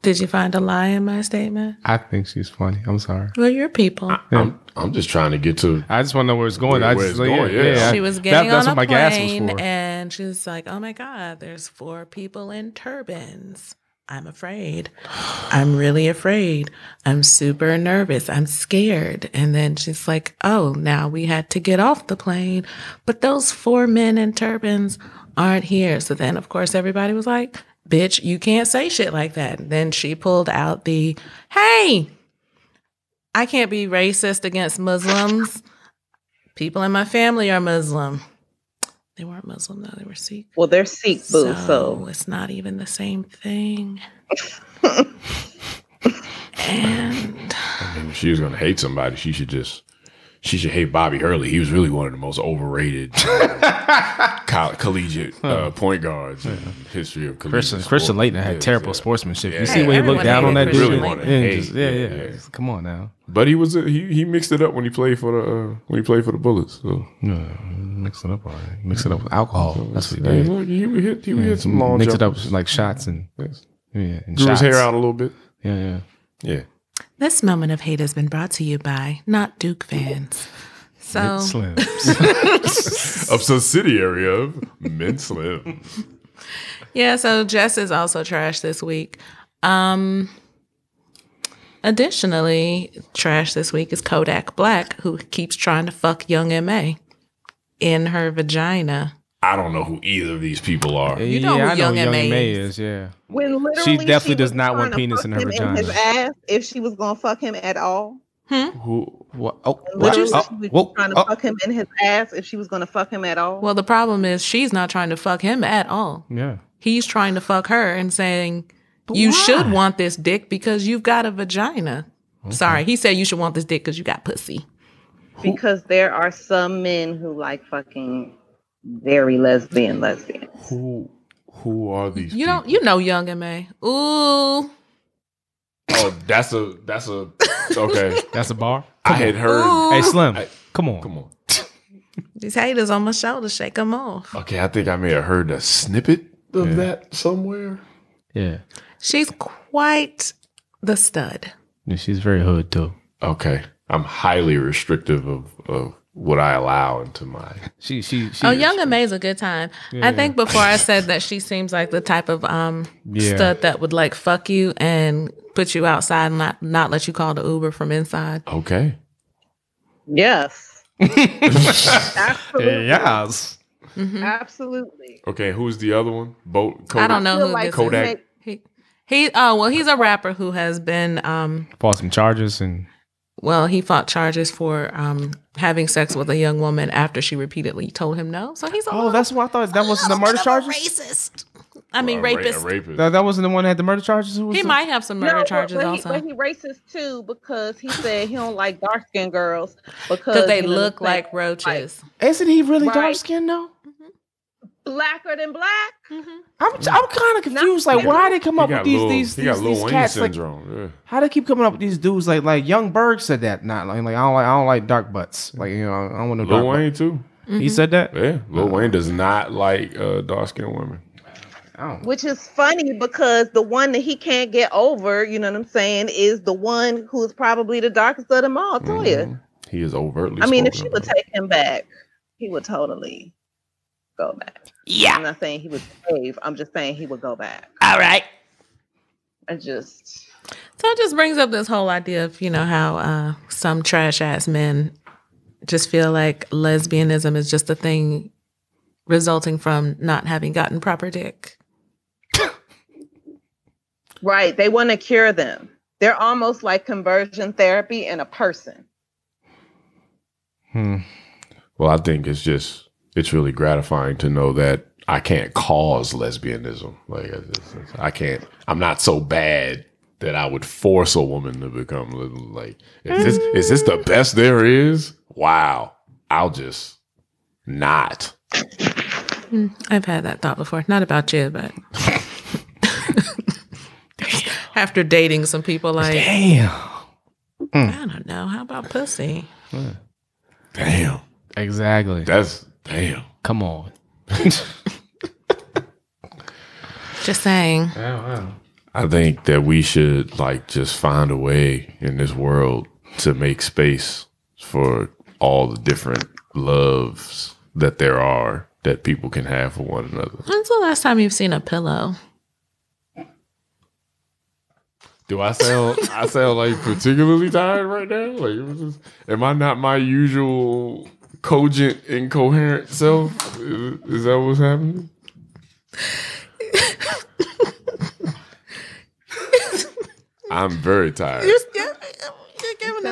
Speaker 2: did you find a lie in my statement?
Speaker 4: I think she's funny. I'm sorry.
Speaker 2: Well, you're people.
Speaker 3: I'm, I'm just trying to get to.
Speaker 4: I just want to know where it's going.
Speaker 3: Where-
Speaker 4: I
Speaker 3: where
Speaker 4: just
Speaker 3: it's
Speaker 4: like,
Speaker 3: going,
Speaker 4: yeah,
Speaker 3: yeah.
Speaker 4: yeah.
Speaker 2: she was
Speaker 4: That-
Speaker 2: getting
Speaker 4: that's
Speaker 2: on a
Speaker 4: what my
Speaker 2: plane
Speaker 4: gas was for.
Speaker 2: and she was like, oh my God, there's four people in turbans. I'm afraid. I'm really afraid. I'm super nervous. I'm scared. And then she's like, Oh, now we had to get off the plane, but those four men in turbans aren't here. So then, of course, everybody was like, Bitch, you can't say shit like that. And then she pulled out the, Hey, I can't be racist against Muslims. People in my family are Muslim. They weren't Muslim, though, they were Sikh.
Speaker 5: Well, they're Sikh, boo. So,
Speaker 2: it's not even the same
Speaker 5: (laughs)
Speaker 2: thing. and
Speaker 3: I mean, if she was gonna hate somebody, she should just she should hate Bobby Hurley. He was really one of the most overrated
Speaker 4: (laughs)
Speaker 3: uh, coll- collegiate uh, point guards in history of collegiate
Speaker 4: Christian
Speaker 3: sport.
Speaker 4: Christian Leighton had
Speaker 3: Yes,
Speaker 4: terrible
Speaker 3: yeah.
Speaker 4: sportsmanship.
Speaker 3: Yeah.
Speaker 4: You see when he looked
Speaker 2: Everyone
Speaker 4: down on that
Speaker 2: hated
Speaker 4: dude?
Speaker 2: Christian
Speaker 4: Like,
Speaker 2: Leighton.
Speaker 4: yeah,
Speaker 3: Really
Speaker 4: just-
Speaker 3: wanted
Speaker 4: yeah,
Speaker 3: to
Speaker 4: yeah.
Speaker 3: hate.
Speaker 4: Just- Come on now.
Speaker 3: But he was a, he he mixed it up when he played for the uh, when he played for the Bullets. So
Speaker 4: mix it up, all right. Mix it up with alcohol. That's what he
Speaker 3: Hey,
Speaker 4: did.
Speaker 3: look, he, would hit he would hit some long
Speaker 4: mix it up
Speaker 3: jumpers.
Speaker 4: with like shots and
Speaker 3: Yes.
Speaker 4: yeah, and
Speaker 3: Grew
Speaker 4: shots.
Speaker 3: his hair out a little bit.
Speaker 4: Yeah, yeah.
Speaker 3: (laughs) Yeah.
Speaker 2: this moment of hate has been brought to you by not Duke fans. So
Speaker 4: Slim.
Speaker 3: A subsidiary of Mint Slim.
Speaker 2: yeah, so Jess is also trash this week. Um additionally, trash this week is Kodak Black, who keeps trying to fuck young MA in her vagina.
Speaker 3: I don't know who either of these people are.
Speaker 4: you
Speaker 2: know who
Speaker 4: yeah, I
Speaker 2: Young
Speaker 4: know who Young
Speaker 2: M.A.
Speaker 4: M.A.
Speaker 2: is.
Speaker 4: is. Yeah.
Speaker 5: when literally
Speaker 4: definitely
Speaker 5: was
Speaker 4: does not
Speaker 5: trying
Speaker 4: want
Speaker 5: to
Speaker 4: penis
Speaker 5: fuck
Speaker 4: in her
Speaker 5: him his ass, if she was gonna fuck him at all,
Speaker 4: Who? What? Oh, what?
Speaker 5: literally
Speaker 4: Oh,
Speaker 5: she was
Speaker 4: whoa,
Speaker 5: trying to
Speaker 4: oh.
Speaker 5: fuck him in his ass if she was gonna fuck him at all.
Speaker 2: Well, the problem is she's not trying to fuck him at all.
Speaker 4: Yeah.
Speaker 2: he's trying to fuck her and saying you should want this dick because you've got a vagina sorry he said you should want this dick because you got pussy
Speaker 5: because there are some men who like fucking very lesbian lesbian.
Speaker 3: Who who are these?
Speaker 2: you don't you know young and may ooh
Speaker 3: people? Oh, that's a that's a
Speaker 2: (laughs)
Speaker 3: okay.
Speaker 4: That's a bar. (laughs)
Speaker 3: I had heard.
Speaker 2: ooh
Speaker 4: Hey, Slim.
Speaker 3: I-
Speaker 4: come on.
Speaker 3: Come on.
Speaker 2: these haters on my shoulder shake them off
Speaker 3: Okay, I think I may have heard a snippet of that somewhere.
Speaker 4: Yeah.
Speaker 2: she's quite the stud
Speaker 4: yeah. She's very hood too.
Speaker 3: Okay, I'm highly restrictive of of what I allow into my.
Speaker 4: She she she.
Speaker 2: oh
Speaker 4: is.
Speaker 2: young and may's a good time i think before i said that she seems like the type of um
Speaker 4: Yeah.
Speaker 2: stud that would like fuck you and put you outside and not, not let you call the uber from inside
Speaker 3: Okay,
Speaker 4: (laughs)
Speaker 5: Yes, absolutely,
Speaker 4: Yes.
Speaker 2: Mm-hmm.
Speaker 5: absolutely.
Speaker 3: okay. Who's the other one? Boat.
Speaker 2: i don't know
Speaker 5: Feel
Speaker 2: who
Speaker 5: like
Speaker 2: this is.
Speaker 3: Kodak.
Speaker 5: make-
Speaker 2: He he oh well he's a rapper who has been um
Speaker 4: Fought some charges and
Speaker 2: well he fought charges for um having sex with a young woman after she repeatedly told him no. So he's a
Speaker 4: oh, that's what I thought. That wasn't the murder charges. Uh,
Speaker 2: racist. I mean rapist.
Speaker 3: Oh, rapist.
Speaker 4: That, that wasn't the one that had the murder charges. Who was
Speaker 2: he
Speaker 4: the-
Speaker 2: might have some murder
Speaker 5: but-
Speaker 2: charges
Speaker 5: but he,
Speaker 2: also.
Speaker 5: But he racist too because he said he don't like dark
Speaker 2: (laughs)
Speaker 5: skinned girls because
Speaker 2: because they
Speaker 5: you know what
Speaker 2: look
Speaker 5: I'm saying,
Speaker 2: like roaches.
Speaker 4: Isn't he really
Speaker 5: Right.
Speaker 4: dark skinned though?
Speaker 5: blacker than black.
Speaker 4: I'm I'm kind of confused. Like,
Speaker 5: Yeah.
Speaker 4: why they come
Speaker 3: He
Speaker 4: up with
Speaker 3: got
Speaker 4: these
Speaker 3: Lil-
Speaker 4: these
Speaker 3: he got
Speaker 4: these,
Speaker 3: Lil
Speaker 4: these
Speaker 3: Wayne
Speaker 4: cats? Like,
Speaker 3: syndrome. yeah.
Speaker 4: how they keep coming up with these dudes? Like, like Young Berg said that. Not like, like I don't like I don't like dark butts. Like, you know, I don't want no
Speaker 3: Lil
Speaker 4: dark
Speaker 3: Wayne too.
Speaker 4: butt. He said that.
Speaker 3: Yeah, Lil Wayne does not like uh, dark skinned women.
Speaker 4: I don't.
Speaker 5: Which is funny because the one that he can't get over, you know what I'm saying, is the one who's probably the darkest of them all,
Speaker 2: Oh,
Speaker 5: Toya.
Speaker 2: Mm-hmm.
Speaker 3: Mhm. He is overtly.
Speaker 5: I mean, if she
Speaker 3: spoken
Speaker 5: would
Speaker 3: about.
Speaker 5: take him back, he would totally go back.
Speaker 2: Yeah.
Speaker 5: I'm not saying he would save. I'm just saying he would go back.
Speaker 2: All right.
Speaker 5: I just
Speaker 2: So it just brings up this whole idea of, you know, how uh some trash ass men just feel like lesbianism is just a thing resulting from not having gotten proper dick.
Speaker 5: right. They want to cure them. They're almost like conversion therapy in a person.
Speaker 4: Hmm.
Speaker 3: Well, I think it's just it's really gratifying to know that I can't cause lesbianism. Like I just- I can't. I'm not so bad that I would force a woman to become li- like. Is this is this the best there is? Wow. I'll just not.
Speaker 2: I've had that thought before. Not about you, but (laughs) after dating some people, like
Speaker 4: Damn.
Speaker 2: I don't know, how about pussy?
Speaker 3: Damn.
Speaker 4: Exactly.
Speaker 3: That's damn.
Speaker 4: Come on.
Speaker 2: Just saying.
Speaker 3: I think that we should like just find a way in this world to make space for all the different loves that there are that people can have for one another.
Speaker 2: When's the last time you've seen a pillow?
Speaker 3: Do I sound I sound like particularly tired right now? Like, it was just- am I not my usual cogent, incoherent self? Is, is that what's happening? I'm very tired.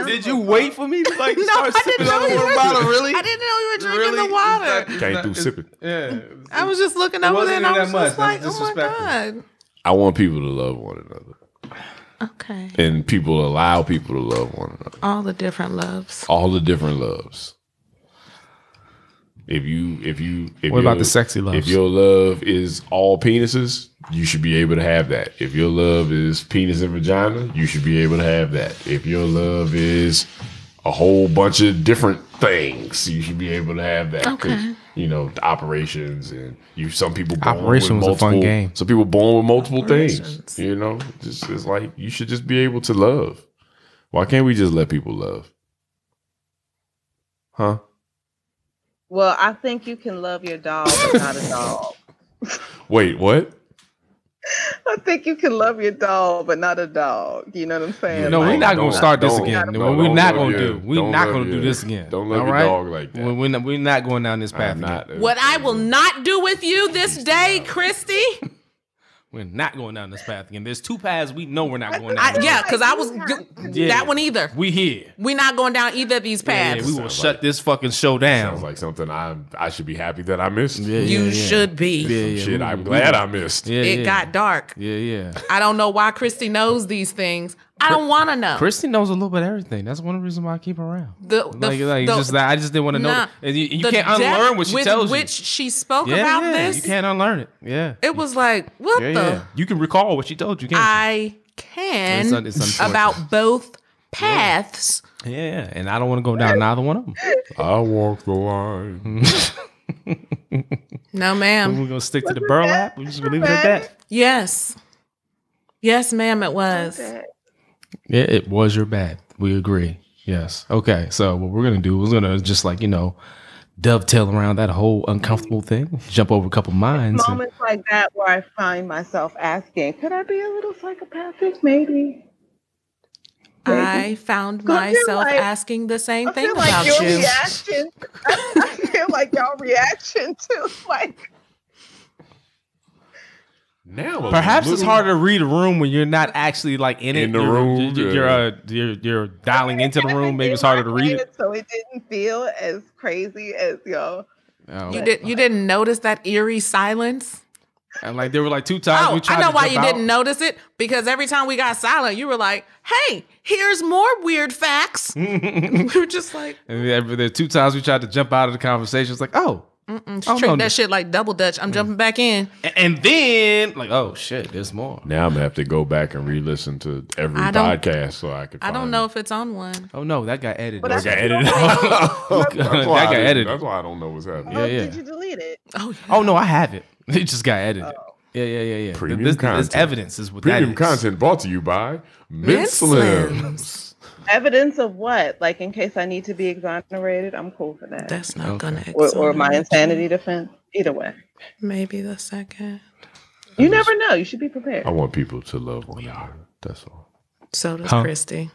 Speaker 4: Did you wait for me to
Speaker 2: (laughs)
Speaker 4: like
Speaker 2: No,
Speaker 4: start
Speaker 2: I
Speaker 4: sipping
Speaker 2: didn't know
Speaker 4: on
Speaker 2: you
Speaker 4: the
Speaker 2: were-
Speaker 4: water bottle? Really?
Speaker 2: I didn't know you were drinking
Speaker 4: Really?
Speaker 2: the water.
Speaker 3: Came through sipping.
Speaker 4: Yeah.
Speaker 2: I was just looking over there and
Speaker 4: wasn't
Speaker 2: I was
Speaker 4: even that
Speaker 2: just
Speaker 4: much.
Speaker 2: like,
Speaker 4: That's
Speaker 2: oh my God.
Speaker 3: I want people to love one another,
Speaker 2: Okay.
Speaker 3: and people allow people to love one another.
Speaker 2: All the different loves.
Speaker 3: All the different loves. If you, if you, if
Speaker 4: What about
Speaker 3: you're-
Speaker 4: the sexy
Speaker 3: If
Speaker 4: loves?
Speaker 3: your love is all penises, you should be able to have that. If your love is penis and vagina, you should be able to have that. If your love is a whole bunch of different things, you should be able to have that. 'Cause,
Speaker 2: Okay.
Speaker 3: You know, the operations and you. Some people born
Speaker 4: Operation
Speaker 3: with
Speaker 4: was a fun
Speaker 3: multiple-
Speaker 4: game.
Speaker 3: Some people born with multiple
Speaker 2: Operations.
Speaker 3: things. You know, just it's like you should just be able to love. Why can't we just let people love? Huh?
Speaker 5: Well, I think you can love your dog, but not
Speaker 2: (laughs)
Speaker 5: a dog.
Speaker 3: Wait, what?
Speaker 5: I think you can love your dog, but not a dog. You know what I'm saying?
Speaker 4: No, we're
Speaker 5: Like,
Speaker 4: not gonna
Speaker 3: don't-
Speaker 4: start this
Speaker 3: don't-
Speaker 4: again.
Speaker 3: don't-
Speaker 4: we're
Speaker 3: don't love
Speaker 4: not gonna
Speaker 3: your-
Speaker 4: do. We're
Speaker 3: don't
Speaker 4: not
Speaker 3: love
Speaker 4: gonna do
Speaker 3: your-
Speaker 4: this again.
Speaker 3: Don't love
Speaker 4: All
Speaker 3: your
Speaker 4: right?
Speaker 3: dog like that.
Speaker 4: We're, we're not, we're not going down this path.
Speaker 3: I'm
Speaker 4: again.
Speaker 3: not.
Speaker 2: What I will not do with you this day, Christy.
Speaker 4: We're not going down this path again. There's two paths we know we're not going down.
Speaker 2: I, yeah, because I was
Speaker 4: Yeah.
Speaker 2: that one either.
Speaker 4: we here.
Speaker 2: We're not going down either of these
Speaker 4: Yeah,
Speaker 2: paths.
Speaker 4: we will
Speaker 3: Sounds
Speaker 4: shut this fucking show down.
Speaker 3: Sounds like something I I should be happy that I missed.
Speaker 4: yeah, yeah,
Speaker 2: you
Speaker 4: yeah.
Speaker 2: should be.
Speaker 4: Yeah, yeah,
Speaker 3: Shit,
Speaker 4: we-
Speaker 3: I'm
Speaker 4: we-
Speaker 3: glad I missed.
Speaker 4: Yeah,
Speaker 2: It
Speaker 4: yeah.
Speaker 2: got dark.
Speaker 4: Yeah, yeah.
Speaker 2: I don't know why Christy knows these things. I don't want to know.
Speaker 4: Christy knows a little bit of everything. That's one reason why I keep her around.
Speaker 2: the, the,
Speaker 4: like, like
Speaker 2: the-
Speaker 4: just that. I just didn't want to know.
Speaker 2: nah,
Speaker 4: that. And you, and you
Speaker 2: the
Speaker 4: can't
Speaker 2: depth
Speaker 4: unlearn what she
Speaker 2: with
Speaker 4: tells
Speaker 2: which she spoke
Speaker 4: you. Yeah,
Speaker 2: about
Speaker 4: yeah,
Speaker 2: this.
Speaker 4: You can't unlearn it. Yeah.
Speaker 2: It was like, what
Speaker 4: Yeah,
Speaker 2: the?
Speaker 4: yeah. You can recall what she told you, can't you?
Speaker 2: I can
Speaker 4: It's un- it's unfortunate.
Speaker 2: about both paths.
Speaker 4: Yeah, yeah, and I don't want to go down neither one of them. (laughs)
Speaker 3: I walked the line.
Speaker 2: No, ma'am.
Speaker 4: We're gonna stick to the burlap. We just gonna leave it at that.
Speaker 2: Yes. Yes, ma'am, it was.
Speaker 4: Yeah, it was your bad. We agree. Yes. Okay. So what we're gonna do is we're gonna just like you know dovetail around that whole uncomfortable thing, jump over a couple minds. and-
Speaker 5: moments like that where I find myself asking, could I be a little psychopathic? Maybe.
Speaker 2: I found
Speaker 5: I feel
Speaker 2: myself
Speaker 5: like-
Speaker 2: asking the same
Speaker 5: I
Speaker 2: thing
Speaker 5: feel like
Speaker 2: about
Speaker 5: your
Speaker 2: you.
Speaker 5: reaction. I feel like y'all reaction (laughs) to like
Speaker 3: Now I'm a
Speaker 4: Perhaps it's
Speaker 3: little-
Speaker 4: harder to read a room when you're not actually like in, it.
Speaker 3: In the
Speaker 4: You're-
Speaker 3: room,
Speaker 4: You're you're,
Speaker 3: yeah.
Speaker 4: uh, you're you're dialing into the room. Maybe it's harder to
Speaker 5: (laughs)
Speaker 4: read it.
Speaker 5: So it didn't feel as crazy as y'all.
Speaker 4: Oh.
Speaker 2: You did you didn't notice that eerie silence?
Speaker 4: And like there were like two times.
Speaker 2: Oh,
Speaker 4: we tried
Speaker 2: I know
Speaker 4: to
Speaker 2: why
Speaker 4: jump
Speaker 2: you
Speaker 4: out.
Speaker 2: didn't notice it because every time we got silent, you were like, "Hey, here's more weird
Speaker 4: (laughs)
Speaker 2: facts." we were just like,
Speaker 4: And there there are two times we tried to jump out of the conversation. It's like, oh,
Speaker 2: Mm-mm,
Speaker 4: Oh,
Speaker 2: treat
Speaker 4: no, Mm. no.
Speaker 2: that shit like double dutch. I'm jumping back in.
Speaker 4: A- and then like, oh shit, there's more.
Speaker 3: Now I'm gonna have to go back and re-listen to every
Speaker 2: I don't-
Speaker 3: podcast so I can.
Speaker 2: I
Speaker 3: Find
Speaker 4: Um,
Speaker 2: don't know if it's on one.
Speaker 4: Oh no, that got edited.
Speaker 5: But I-
Speaker 3: I got (laughs) edited. out.
Speaker 4: That
Speaker 3: That's why I
Speaker 4: got
Speaker 3: didn't-
Speaker 4: edited.
Speaker 3: That's why I don't know what's happening.
Speaker 5: Oh,
Speaker 4: yeah.
Speaker 5: Did you delete it?
Speaker 2: Oh, yeah.
Speaker 4: oh no, I have it. (laughs) Oh. It just got edited. Yeah, yeah, yeah, yeah.
Speaker 3: Premium
Speaker 4: this,
Speaker 3: content.
Speaker 4: this evidence is what
Speaker 3: Premium
Speaker 4: that is. (laughs)
Speaker 3: content brought to you by Mint
Speaker 2: Slims.
Speaker 3: Slims.
Speaker 5: Evidence of what? Like in case I need to be exonerated, I'm cool for that.
Speaker 2: that's not gonna.
Speaker 5: or, or my
Speaker 2: exonerate
Speaker 5: insanity defense. Either way,
Speaker 2: you. Maybe the second.
Speaker 5: you never know. You should be prepared.
Speaker 3: I
Speaker 4: Oh,
Speaker 3: want people to love one another. That's all.
Speaker 2: So does
Speaker 4: Huh?
Speaker 2: Christy. um,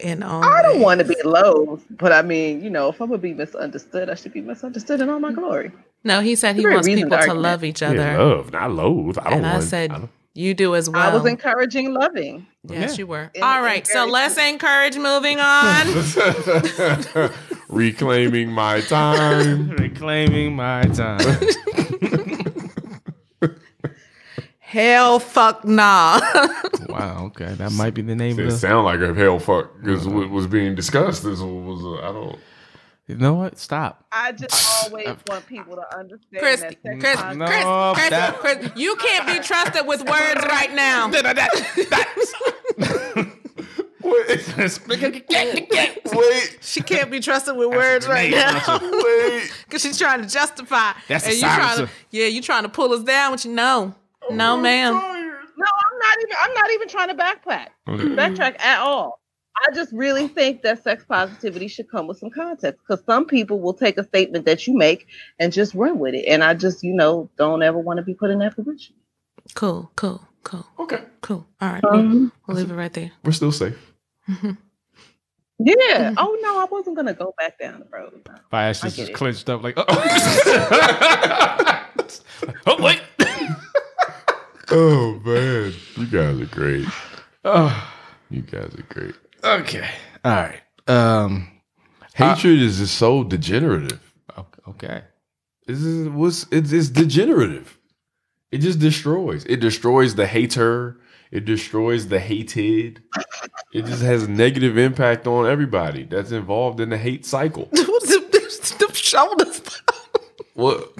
Speaker 2: In all.
Speaker 5: I don't
Speaker 2: ways.
Speaker 5: want to be low, but I mean, you know, if I'm gonna be misunderstood, I should be misunderstood in all
Speaker 2: Mm.
Speaker 5: my glory.
Speaker 2: No, he said he
Speaker 5: Very
Speaker 2: wants
Speaker 5: reasoned
Speaker 2: people to
Speaker 5: argument.
Speaker 2: love each other,
Speaker 3: Yeah, love, not loathe. I don't
Speaker 2: and I
Speaker 3: want.
Speaker 2: said
Speaker 3: don't-
Speaker 2: you do as well.
Speaker 5: I was encouraging loving.
Speaker 2: yes,
Speaker 4: Yeah.
Speaker 2: you were.
Speaker 5: In-
Speaker 2: all right, so
Speaker 5: encouraging.
Speaker 2: let's encourage
Speaker 4: (laughs)
Speaker 2: moving on.
Speaker 3: Reclaiming my (laughs) time.
Speaker 4: Reclaiming my time.
Speaker 3: (laughs)
Speaker 2: Hell, fuck nah.
Speaker 4: wow. Okay, that might be the name
Speaker 3: It
Speaker 4: of the.
Speaker 3: sound like a hell fuck because what was being discussed. This was uh, I don't.
Speaker 4: You know what? (laughs) Stop.
Speaker 5: I just always want people to understand
Speaker 2: Christy,
Speaker 5: that
Speaker 2: Chris,
Speaker 5: sex-
Speaker 4: No,
Speaker 2: Chris, Chris,
Speaker 4: that-
Speaker 2: Chris, you can't be trusted with words right now.
Speaker 4: (laughs)
Speaker 3: (laughs) Wait,
Speaker 2: She can't be trusted
Speaker 4: (laughs)
Speaker 2: with words right now (laughs)
Speaker 3: wait.
Speaker 2: because she's trying to justify.
Speaker 4: That's a
Speaker 2: and you trying to,
Speaker 4: silencer. Oh
Speaker 2: yeah, you trying to pull us down, but you know, no, ma'am.
Speaker 5: No, I'm not even. I'm not even trying to backtrack. Backtrack at all. I just really think that sex positivity should come with some context because some people will take a statement that you make and just run with it. And I just, you know, don't ever want to be put in that position.
Speaker 2: Cool, cool, cool,
Speaker 3: Okay,
Speaker 2: cool. All right.
Speaker 5: Um,
Speaker 2: we'll leave it right there. (laughs)
Speaker 3: we're still safe.
Speaker 5: yeah.
Speaker 2: Mm-hmm.
Speaker 5: Oh no, I wasn't gonna go back down the road. No.
Speaker 1: My ass
Speaker 5: I
Speaker 1: is
Speaker 5: get
Speaker 1: just
Speaker 5: it.
Speaker 1: clenched up
Speaker 4: (laughs)
Speaker 1: like, oh. oh, wait.
Speaker 3: Oh man, you guys are great.
Speaker 4: Oh,
Speaker 3: You guys are great.
Speaker 4: okay. All right. Um.
Speaker 3: Hatred is just so degenerative.
Speaker 1: O- Okay.
Speaker 3: This is what's it's, it's degenerative. It just destroys. It destroys the hater. It destroys the hated. It just has negative impact on everybody that's involved in the hate cycle.
Speaker 2: the shoulders. (laughs)
Speaker 3: What?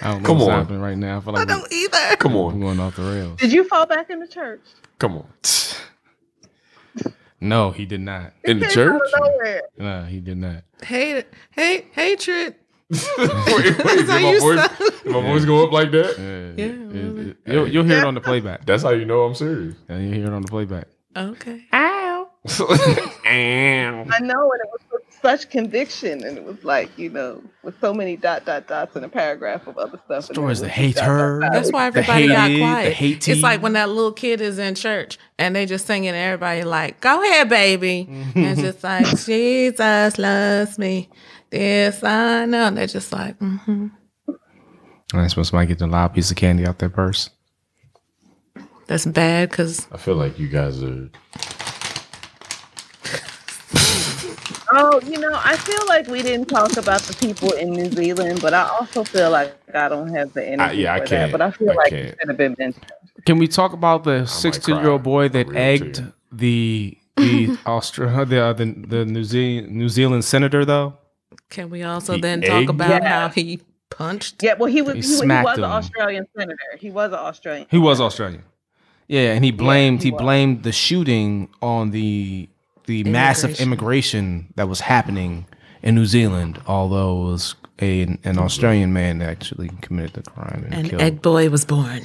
Speaker 4: I don't know
Speaker 3: Come
Speaker 4: what's
Speaker 3: on.
Speaker 4: happening right now. I feel like we're-
Speaker 2: either.
Speaker 3: Come
Speaker 4: we're
Speaker 3: on,
Speaker 4: going off the rails.
Speaker 5: Did you fall back in the church?
Speaker 3: come
Speaker 2: (laughs)
Speaker 3: on.
Speaker 4: No, he did not.
Speaker 3: In the
Speaker 5: Came
Speaker 3: church?
Speaker 5: out of nowhere.
Speaker 4: No, he did not.
Speaker 2: Hate, hate, hatred.
Speaker 3: (laughs) wait, wait. Did
Speaker 2: That's how
Speaker 3: my
Speaker 2: you
Speaker 3: voice,
Speaker 2: sound.
Speaker 3: did my voice go up like that?
Speaker 4: Yeah,
Speaker 2: Yeah,
Speaker 4: it-
Speaker 2: really.
Speaker 4: it- you'll, you'll hear it on the playback.
Speaker 3: That's how you know
Speaker 2: (laughs)
Speaker 3: I'm serious. (laughs)
Speaker 4: Yeah, You'll hear it on the playback.
Speaker 2: Okay.
Speaker 5: I know, and it was with such conviction, and it was like you know, with so many dot dot dots and a paragraph of other stuff.
Speaker 4: Stories
Speaker 5: that
Speaker 4: that hate her.
Speaker 2: That's why everybody got
Speaker 4: hated, the
Speaker 2: quiet.
Speaker 4: hated.
Speaker 2: it's like when that little kid is in church and they just singing, and everybody like, "Go ahead,
Speaker 4: (laughs)
Speaker 2: baby," and it's just like, "Jesus loves me." This I know. And they're just like, mm-hmm.
Speaker 4: I ain't supposed to get the loud piece of candy out their purse.
Speaker 2: "That's bad," because
Speaker 3: I feel like you guys are.
Speaker 5: Oh, you know, I feel like we didn't talk about the people in New Zealand, but I also feel like I don't have the energy.
Speaker 3: I- yeah, I
Speaker 5: for
Speaker 3: can't.
Speaker 5: That, but I feel
Speaker 3: I
Speaker 5: like
Speaker 3: can't.
Speaker 5: it should have been mentioned.
Speaker 4: Can we talk about the 16 year old
Speaker 3: cry.
Speaker 4: boy that
Speaker 3: Real
Speaker 4: egged
Speaker 3: tear.
Speaker 4: the (laughs) the Austria the, uh, the the New Zealand New Zealand senator though?
Speaker 2: can we also
Speaker 3: He
Speaker 2: then talk
Speaker 3: egged
Speaker 2: about
Speaker 5: Yeah.
Speaker 2: how he punched?
Speaker 5: Yeah, well, he was
Speaker 4: He
Speaker 5: he, was- he
Speaker 4: smacked
Speaker 5: was
Speaker 4: him.
Speaker 5: an Australian senator. He was an Australian.
Speaker 4: He was Australian. Yeah, and he blamed
Speaker 5: he
Speaker 4: he,
Speaker 5: was.
Speaker 4: blamed the shooting on the the massive
Speaker 2: Immigration.
Speaker 4: immigration that was happening in New Zealand, although it was a, an Australian man that actually committed the crime and,
Speaker 2: And
Speaker 4: killed.
Speaker 2: Egg Boy was born.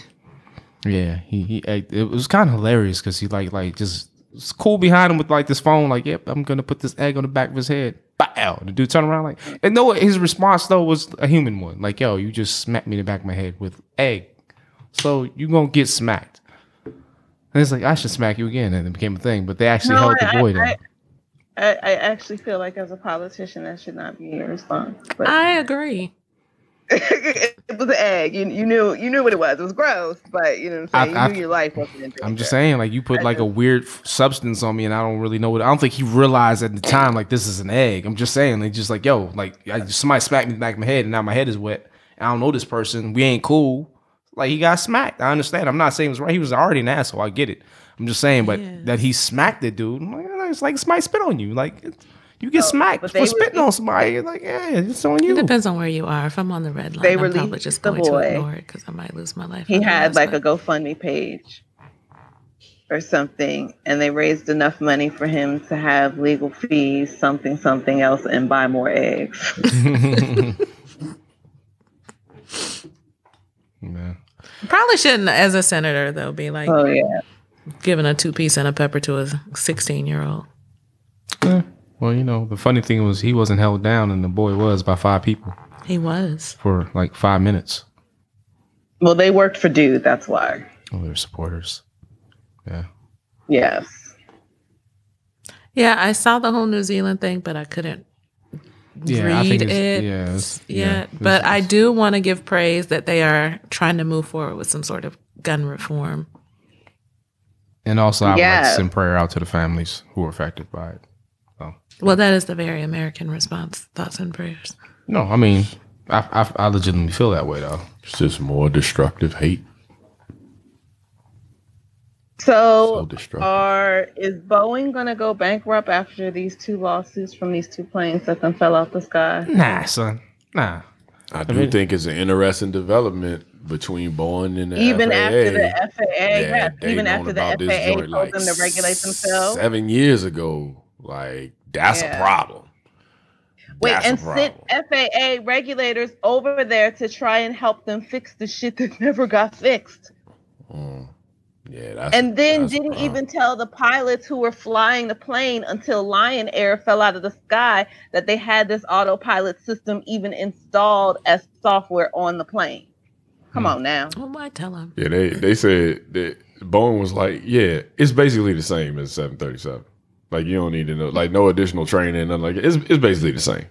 Speaker 4: Yeah, he, he act- it was kind of hilarious because he like like just it's cool behind him with like this phone like yep I'm gonna put this egg on the back of his head. Bow. The dude turned around like and no his response though was a human one like yo you just smacked me in the back of my head with egg, so you gonna get smacked. And it's like I should smack you again and it became a thing, but they actually held the boy down.
Speaker 5: I, I, I actually feel like as a politician, that should not be your response. But
Speaker 2: I agree.
Speaker 5: (laughs) it was an egg. You, you knew you knew what it was. It was gross, but you know what
Speaker 4: I-
Speaker 5: I'm saying.
Speaker 4: I-
Speaker 5: you knew your life wasn't. in danger.
Speaker 4: I'm just saying, like you put like a weird f- substance on me, and I don't really know what. I don't think he realized at the time, like this is an egg. I'm just saying, they just like yo, like I, somebody smacked me in the back of my head, and now my head is wet. I don't know this person. We ain't cool. Like he got smacked. I understand. I'm not saying it's right. He was already an asshole. I get it. I'm just saying, but
Speaker 2: Yeah.
Speaker 4: that he smacked the dude. I'm like, "Oh, it's like somebody spit on you. Like it's- you get smacked
Speaker 5: but
Speaker 4: for
Speaker 5: they
Speaker 4: spitting
Speaker 5: were-
Speaker 4: on somebody. Like yeah, it's on you.
Speaker 2: It depends on where you are. If I'm on the red line,
Speaker 5: They
Speaker 2: I'm probably
Speaker 5: released
Speaker 2: just
Speaker 5: the
Speaker 2: going
Speaker 5: boy.
Speaker 2: to ignore it because I might lose my life.
Speaker 5: he had
Speaker 2: otherwise,
Speaker 5: like a
Speaker 2: but-
Speaker 5: GoFundMe page or something, and they raised enough money for him to have legal fees, something, something else, and buy
Speaker 3: (laughs)
Speaker 5: more eggs.
Speaker 4: Yeah.
Speaker 2: probably shouldn't as a senator though be like
Speaker 5: Oh yeah,
Speaker 2: giving a two piece and a pepper to a 16 year old.
Speaker 4: Yeah. Well, you know, the funny thing was he wasn't held down, and the boy was by five people.
Speaker 2: He was.
Speaker 4: for like five minutes.
Speaker 5: well they worked for dude. That's why.
Speaker 4: Oh, they're supporters. Yeah.
Speaker 5: Yes.
Speaker 2: Yeah, I saw the whole New Zealand thing, but I couldn't read it
Speaker 4: Yeah.
Speaker 2: yet. but I do want to give praise that they are trying to move forward with some sort of gun reform.
Speaker 4: and also, I would like to
Speaker 5: Yes.
Speaker 4: send prayer out to the families who were affected by it.
Speaker 2: Well, that is the very American response. Thoughts and prayers.
Speaker 4: No, I mean, I, I, I legitimately feel that way though.
Speaker 3: It's just more destructive hate. So
Speaker 5: So,
Speaker 3: destructive.
Speaker 5: are is Boeing gonna go bankrupt after these two lawsuits from these two planes that then fell out the sky?
Speaker 4: Nah, son. Nah.
Speaker 3: I do think it's an interesting development between Boeing and the
Speaker 5: even
Speaker 3: FAA.
Speaker 5: after the FAA,
Speaker 3: Yeah,
Speaker 5: yes,
Speaker 3: they
Speaker 5: even
Speaker 3: known
Speaker 5: after the
Speaker 3: about this
Speaker 5: FAA
Speaker 3: joint,
Speaker 5: told
Speaker 3: like,
Speaker 5: them to regulate themselves.
Speaker 3: seven years ago. Like that's
Speaker 5: Yeah.
Speaker 3: a problem.
Speaker 5: Wait,
Speaker 3: That's
Speaker 5: and
Speaker 3: a
Speaker 5: sent FAA regulators over there to try and help them fix the shit that (laughs) never got fixed.
Speaker 3: Mm. Yeah, that's
Speaker 5: And then
Speaker 3: that's a
Speaker 5: didn't
Speaker 3: problem.
Speaker 5: even tell the pilots who were flying the plane until Lion Air fell out of the sky that they had this autopilot system even installed as software on the plane.
Speaker 3: Hmm.
Speaker 5: Come on now.
Speaker 2: What would I tell him?
Speaker 3: Yeah, they they said that Boeing was like, yeah, it's basically the same as seven thirty seven. Like you don't need to know, like no additional training, nothing like it. it's it's basically the same.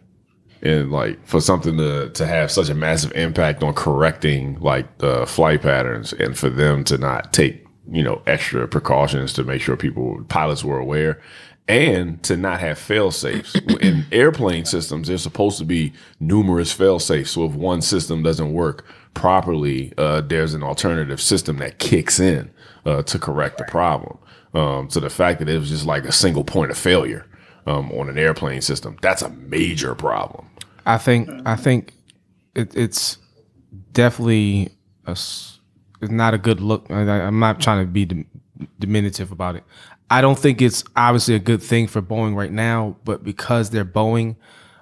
Speaker 3: And like for something to to have such a massive impact on correcting like the flight patterns, and for them to not take you know extra precautions to make sure people pilots were aware. And to not have fail safes in airplane systems, there's supposed to be numerous fail safes. So if one system doesn't work, properly, uh, there's an alternative system that kicks in uh, to correct the problem. Um, so the fact that it was just like a single point of failure um, on an airplane system, that's a major problem.
Speaker 4: I think I think it, it's definitely a s it's not a good look. and I, I'm not trying to be dim- diminutive about it. I don't think it's obviously a good thing for Boeing right now, but because they're Boeing,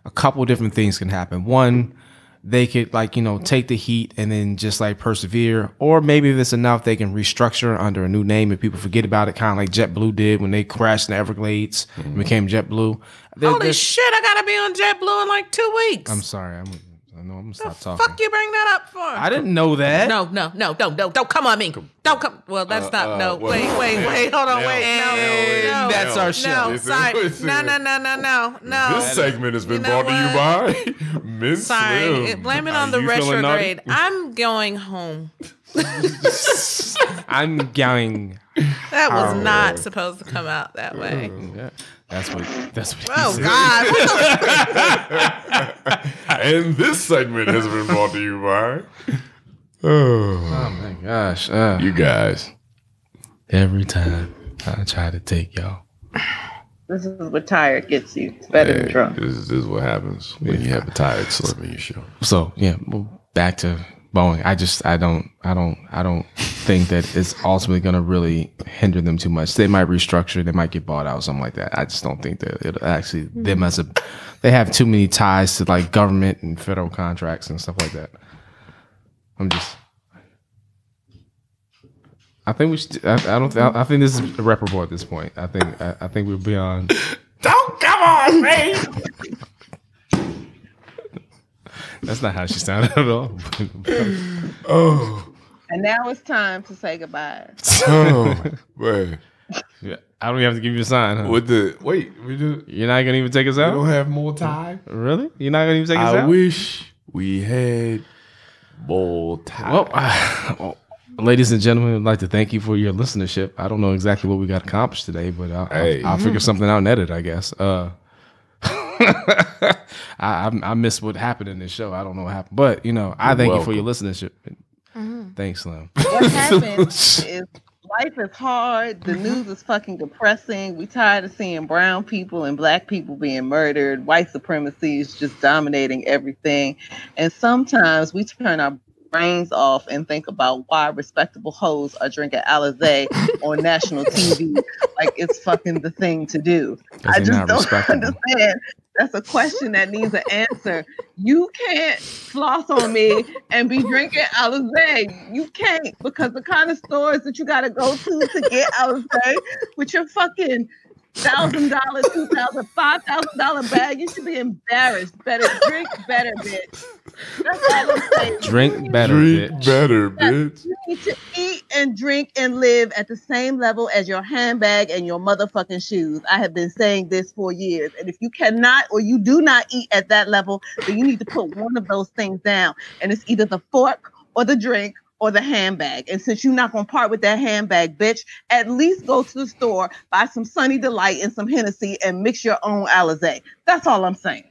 Speaker 4: a couple different things can happen. One, they could like you know take the heat and then just like persevere, or maybe if it's enough, they can restructure under a new name and people forget about it, kind of like JetBlue did when they crashed in the Everglades and became JetBlue. They're-
Speaker 2: Holy
Speaker 4: they're-
Speaker 2: shit, I gotta be on JetBlue in like two weeks.
Speaker 4: I'm sorry, I'm I know I'm gonna stop talking.
Speaker 2: Fuck you bring that up for?
Speaker 4: I didn't know that.
Speaker 2: no, no, no, don't, don't, don't come on me. Don't come. Well, that's
Speaker 4: Uh,
Speaker 2: not. No,
Speaker 3: well,
Speaker 4: (laughs)
Speaker 2: wait, wait, wait. Hold on,
Speaker 3: now-
Speaker 2: wait.
Speaker 3: now it-
Speaker 2: No, no,
Speaker 4: that's
Speaker 3: now
Speaker 4: our
Speaker 2: no,
Speaker 3: it-
Speaker 4: shit.
Speaker 2: No, sorry.
Speaker 3: This
Speaker 2: No, no, no, no, no, no.
Speaker 3: segment has
Speaker 2: You
Speaker 3: been
Speaker 2: know
Speaker 3: brought to you by (laughs) Ms.
Speaker 2: Sorry,
Speaker 3: Slim.
Speaker 2: it- blame it
Speaker 3: Are
Speaker 2: on the
Speaker 3: you feeling naughty?
Speaker 2: retrograde. I'm going home.
Speaker 4: I'm going.
Speaker 2: That was not supposed to come out that way.
Speaker 4: That's what. That's what.
Speaker 2: Oh God! What
Speaker 4: (laughs)
Speaker 2: the-
Speaker 3: And this segment has been brought to you by.
Speaker 4: Oh my gosh. Uh,
Speaker 3: You guys.
Speaker 4: every time I try to take y'all.
Speaker 5: This is what tired gets you. It's better than drunk.
Speaker 3: This is, this is what happens when you have a tired Slim in your show.
Speaker 4: So yeah, well, back to Boeing. I just I don't I don't I don't think that it's ultimately going to really hinder them too much. They might restructure. They might get bought out, something like that. I just don't think that it'll actually them as a. They have too many ties to like government and federal contracts and stuff like that. I'm just. I think we should. I, I don't. I, I think this is irreparable at this point. I think. I, I think we're beyond.
Speaker 3: Don't come on me.
Speaker 4: That's not how she sounded at all.
Speaker 3: (laughs)
Speaker 4: (laughs)
Speaker 3: Oh,
Speaker 5: And now it's time to say goodbye.
Speaker 3: oh, man.
Speaker 4: Yeah, I don't even have to give you a sign. Huh?
Speaker 3: With the wait, we do.
Speaker 4: You're not gonna even take us
Speaker 3: We
Speaker 4: out?
Speaker 3: don't have more time.
Speaker 4: Really? You're not gonna even take us
Speaker 3: I
Speaker 4: out?
Speaker 3: wish we had more time.
Speaker 4: Well, well, ladies and gentlemen, I'd like to thank you for your listenership. I don't know exactly what we got accomplished today, but I'll,
Speaker 3: Hey.
Speaker 4: I'll, I'll figure something out and edit, I guess. Uh, (laughs) I, I I miss what happened in this show. I don't know what happened, but you know, I
Speaker 3: You're
Speaker 4: thank
Speaker 3: welcome.
Speaker 4: you for your listenership.
Speaker 5: Mm-hmm.
Speaker 4: Thanks,
Speaker 5: (laughs)
Speaker 4: Slim.
Speaker 5: What happens is Mm-hmm. life is hard. The news is fucking depressing. We tired of seeing brown people and black people being murdered. White supremacy is just dominating everything. And sometimes we turn our brains off and think about why respectable hoes are drinking Alizé on national TV. Like it's fucking the thing to do.
Speaker 4: 'Cause
Speaker 5: I
Speaker 4: they're
Speaker 5: just
Speaker 4: not
Speaker 5: don't
Speaker 4: respectable.
Speaker 5: understand. That's a question that needs an answer. You can't floss on me and be drinking Alizé. You can't because the kind of stores that you gotta go to to get Alizé with your fucking thousand dollar, two thousand, five thousand dollar bag, you should be embarrassed. Better drink better, bitch. That's all I'm saying.
Speaker 4: Drink better,
Speaker 3: Drink
Speaker 4: bitch.
Speaker 3: better, bitch.
Speaker 5: You need to eat and drink and live at the same level as your handbag and your motherfucking shoes. I have been saying this for years. And if you cannot or you do not eat at that level, then you need to put one of those things down. And it's either the fork or the drink or the handbag. And since you're not gonna part with that handbag, bitch, at least go to the store, buy some Sunny Delight and some Hennessy and mix your own Alizé. That's all I'm saying.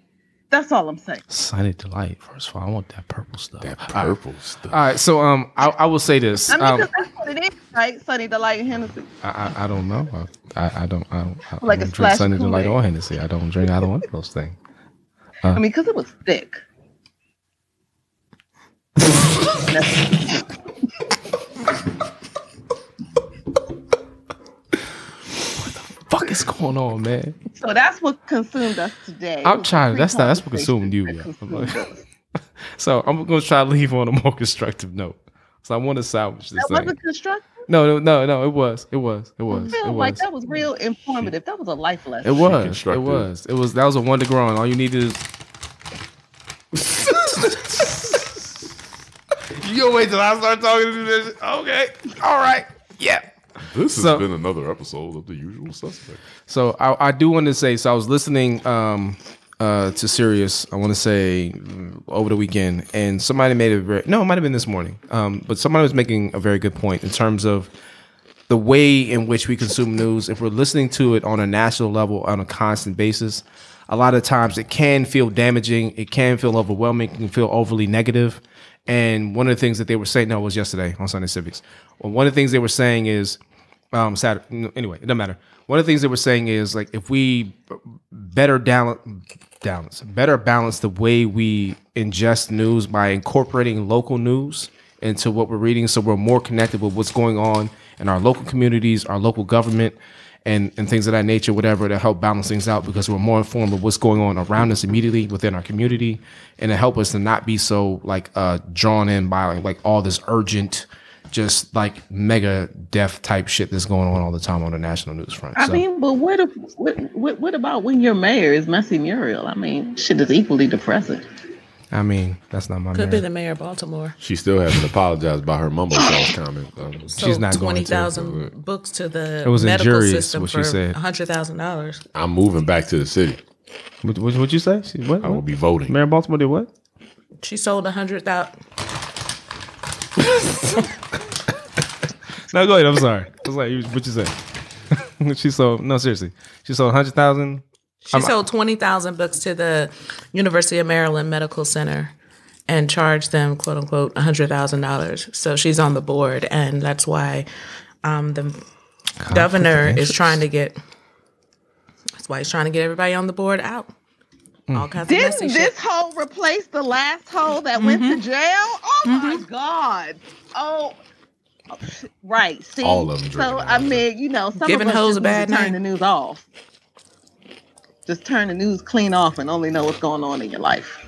Speaker 5: That's all I'm saying.
Speaker 4: Sunny delight. First of all, I want that purple stuff.
Speaker 3: That purple stuff.
Speaker 4: all right, so um, I, I will say this.
Speaker 5: I mean,
Speaker 4: um,
Speaker 5: 'cause that's what it is, right? Sunny Delight and Hennessy.
Speaker 4: I, I, I don't know. I, I, I don't. I don't. I, I
Speaker 5: Like a
Speaker 4: don't drink
Speaker 5: splash
Speaker 4: Sunday
Speaker 5: of
Speaker 4: Delight
Speaker 5: Kool-Aid.
Speaker 4: or Hennessy. I don't drink either one of those things.
Speaker 5: I mean, because it was thick.
Speaker 4: Fuck is going on, man?
Speaker 5: So that's what consumed us today.
Speaker 4: I'm trying. That's not. That's what consumed you.
Speaker 5: That consumed
Speaker 4: yeah.
Speaker 5: us.
Speaker 4: (laughs) so I'm gonna try to leave on a more constructive note. So I want to salvage this
Speaker 5: That
Speaker 4: thing.
Speaker 5: wasn't constructive.
Speaker 4: No, no, no, no. It was. It was. It was.
Speaker 5: I
Speaker 4: It
Speaker 5: feel like
Speaker 4: was.
Speaker 5: that was real informative. That was a life
Speaker 4: It
Speaker 5: lesson.
Speaker 4: was. It
Speaker 3: constructive.
Speaker 4: was. It was. That was a wonder growing. All (laughs) you need is. You'll wait till I start talking to this. Okay. All right. Yeah.
Speaker 3: This has
Speaker 4: So-
Speaker 3: been another episode of The Usual Suspect.
Speaker 4: So I, I do want to say, so I was listening um, uh, to Sirius, I want to say mm, over the weekend, and somebody made a very, no, it might have been this morning, um, but somebody was making a very good point in terms of the way in which we consume news. If we're listening to it on a national level on a constant basis, a lot of times it can feel damaging, it can feel overwhelming, it can feel overly negative. And one of the things that they were saying, no, it was yesterday on Sunday Civics. Well, one of the things they were saying is, um Saturday. Anyway, it doesn't matter. One of the things that we're saying is like if we b- better down, balance, better balance the way we ingest news by incorporating local news into what we're reading, so we're more connected with what's going on in our local communities, our local government, and and things of that nature, whatever to help balance things out because we're more informed of what's going on around us immediately within our community, and to help us to not be so like uh drawn in by like, like all this urgent just like mega deaf type shit that's going on all the time on the national news front.
Speaker 6: I
Speaker 4: so
Speaker 6: mean, but what, if, what what what about when your mayor is messy Muriel? I mean, shit is equally depressing.
Speaker 4: I mean, that's not my
Speaker 2: Could be
Speaker 4: man.
Speaker 2: the mayor of Baltimore.
Speaker 3: She still hasn't apologized by her mumble sauce comment. Um,
Speaker 4: She's not going to,
Speaker 2: twenty thousand books to the
Speaker 4: It was
Speaker 2: medical
Speaker 4: injurious,
Speaker 2: system
Speaker 4: what she
Speaker 2: for
Speaker 4: said.
Speaker 2: hundred thousand dollars.
Speaker 3: I'm moving back to the city.
Speaker 4: What what would you say? She, what?
Speaker 3: I will be voting.
Speaker 4: Mayor of Baltimore did what?
Speaker 2: She sold a hundred thousand.
Speaker 4: No, go ahead. I'm sorry. I was like, you- what you say? (laughs) she sold no seriously. She sold hundred thousand.
Speaker 2: She sold twenty thousand books to the University of Maryland Medical Center and charged them quote unquote hundred thousand dollars. So she's on the board, and that's why um, the governor is trying to get. That's why he's trying to get everybody on the board out.
Speaker 4: Mm.
Speaker 2: All kinds of messy
Speaker 5: Didn't
Speaker 2: shit.
Speaker 5: this hole replace the last hole that went
Speaker 2: Mm-hmm.
Speaker 5: to jail? Oh my God. Oh, right. See,
Speaker 3: All of 'em
Speaker 5: So,
Speaker 3: drinking
Speaker 5: I mean, you know, some
Speaker 2: Giving
Speaker 5: of us
Speaker 2: hoes
Speaker 5: just
Speaker 2: a bad
Speaker 5: need to turn the
Speaker 2: name.
Speaker 5: news off. Just turn the news clean off and only know what's going on in your life.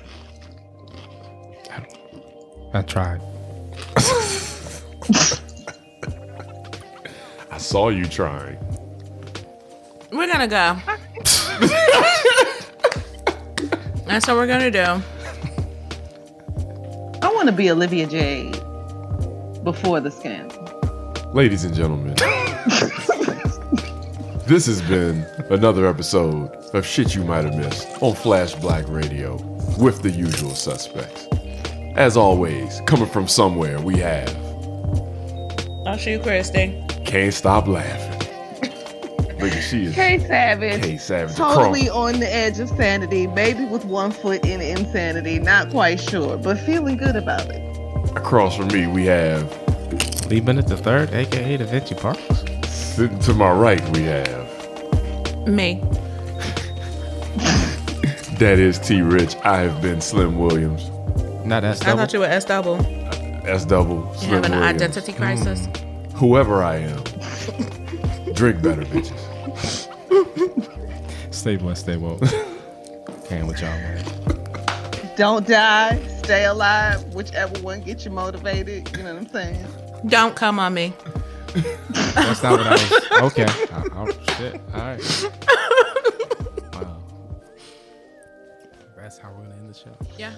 Speaker 4: I tried.
Speaker 3: I saw you trying.
Speaker 2: We're gonna
Speaker 5: (laughs)
Speaker 2: go. That's what we're gonna do.
Speaker 5: I want to be Olivia Jade before the scandal.
Speaker 3: Ladies and gentlemen, this has been another episode of Shit You Might Have Missed on Flash Black Radio with the usual suspects. As always, coming from somewhere, we have
Speaker 2: I'll shoot Christy.
Speaker 3: Can't Stop Laughing. Look at she is
Speaker 5: K Savage.
Speaker 3: K Savage. the
Speaker 5: Totally
Speaker 3: crumb.
Speaker 5: on the edge of sanity, maybe with one foot in insanity, not quite sure, but feeling good about it.
Speaker 3: Across from me, we have
Speaker 4: Lee Bennett the third, aka Da Vinci Parks.
Speaker 3: sitting to my right, we have
Speaker 2: Me.
Speaker 3: that is T Rich. I have been Slim Williams.
Speaker 4: Not that's
Speaker 2: I
Speaker 4: double.
Speaker 2: thought you were S double. You
Speaker 3: S double. Slim
Speaker 2: have an
Speaker 3: Williams.
Speaker 2: identity crisis.
Speaker 3: Whoever I am,
Speaker 2: (laughs)
Speaker 3: drink better, bitches.
Speaker 4: stay blessed, stay (laughs) woke. and what y'all wearing.
Speaker 2: (laughs)
Speaker 5: Don't die, stay alive, whichever one gets you motivated. You know what I'm saying?
Speaker 2: Don't come on me.
Speaker 4: That's not what I was. Okay. I- I- shit. All right.
Speaker 2: (laughs)
Speaker 4: Wow. That's how we're gonna end the show.
Speaker 2: Yeah.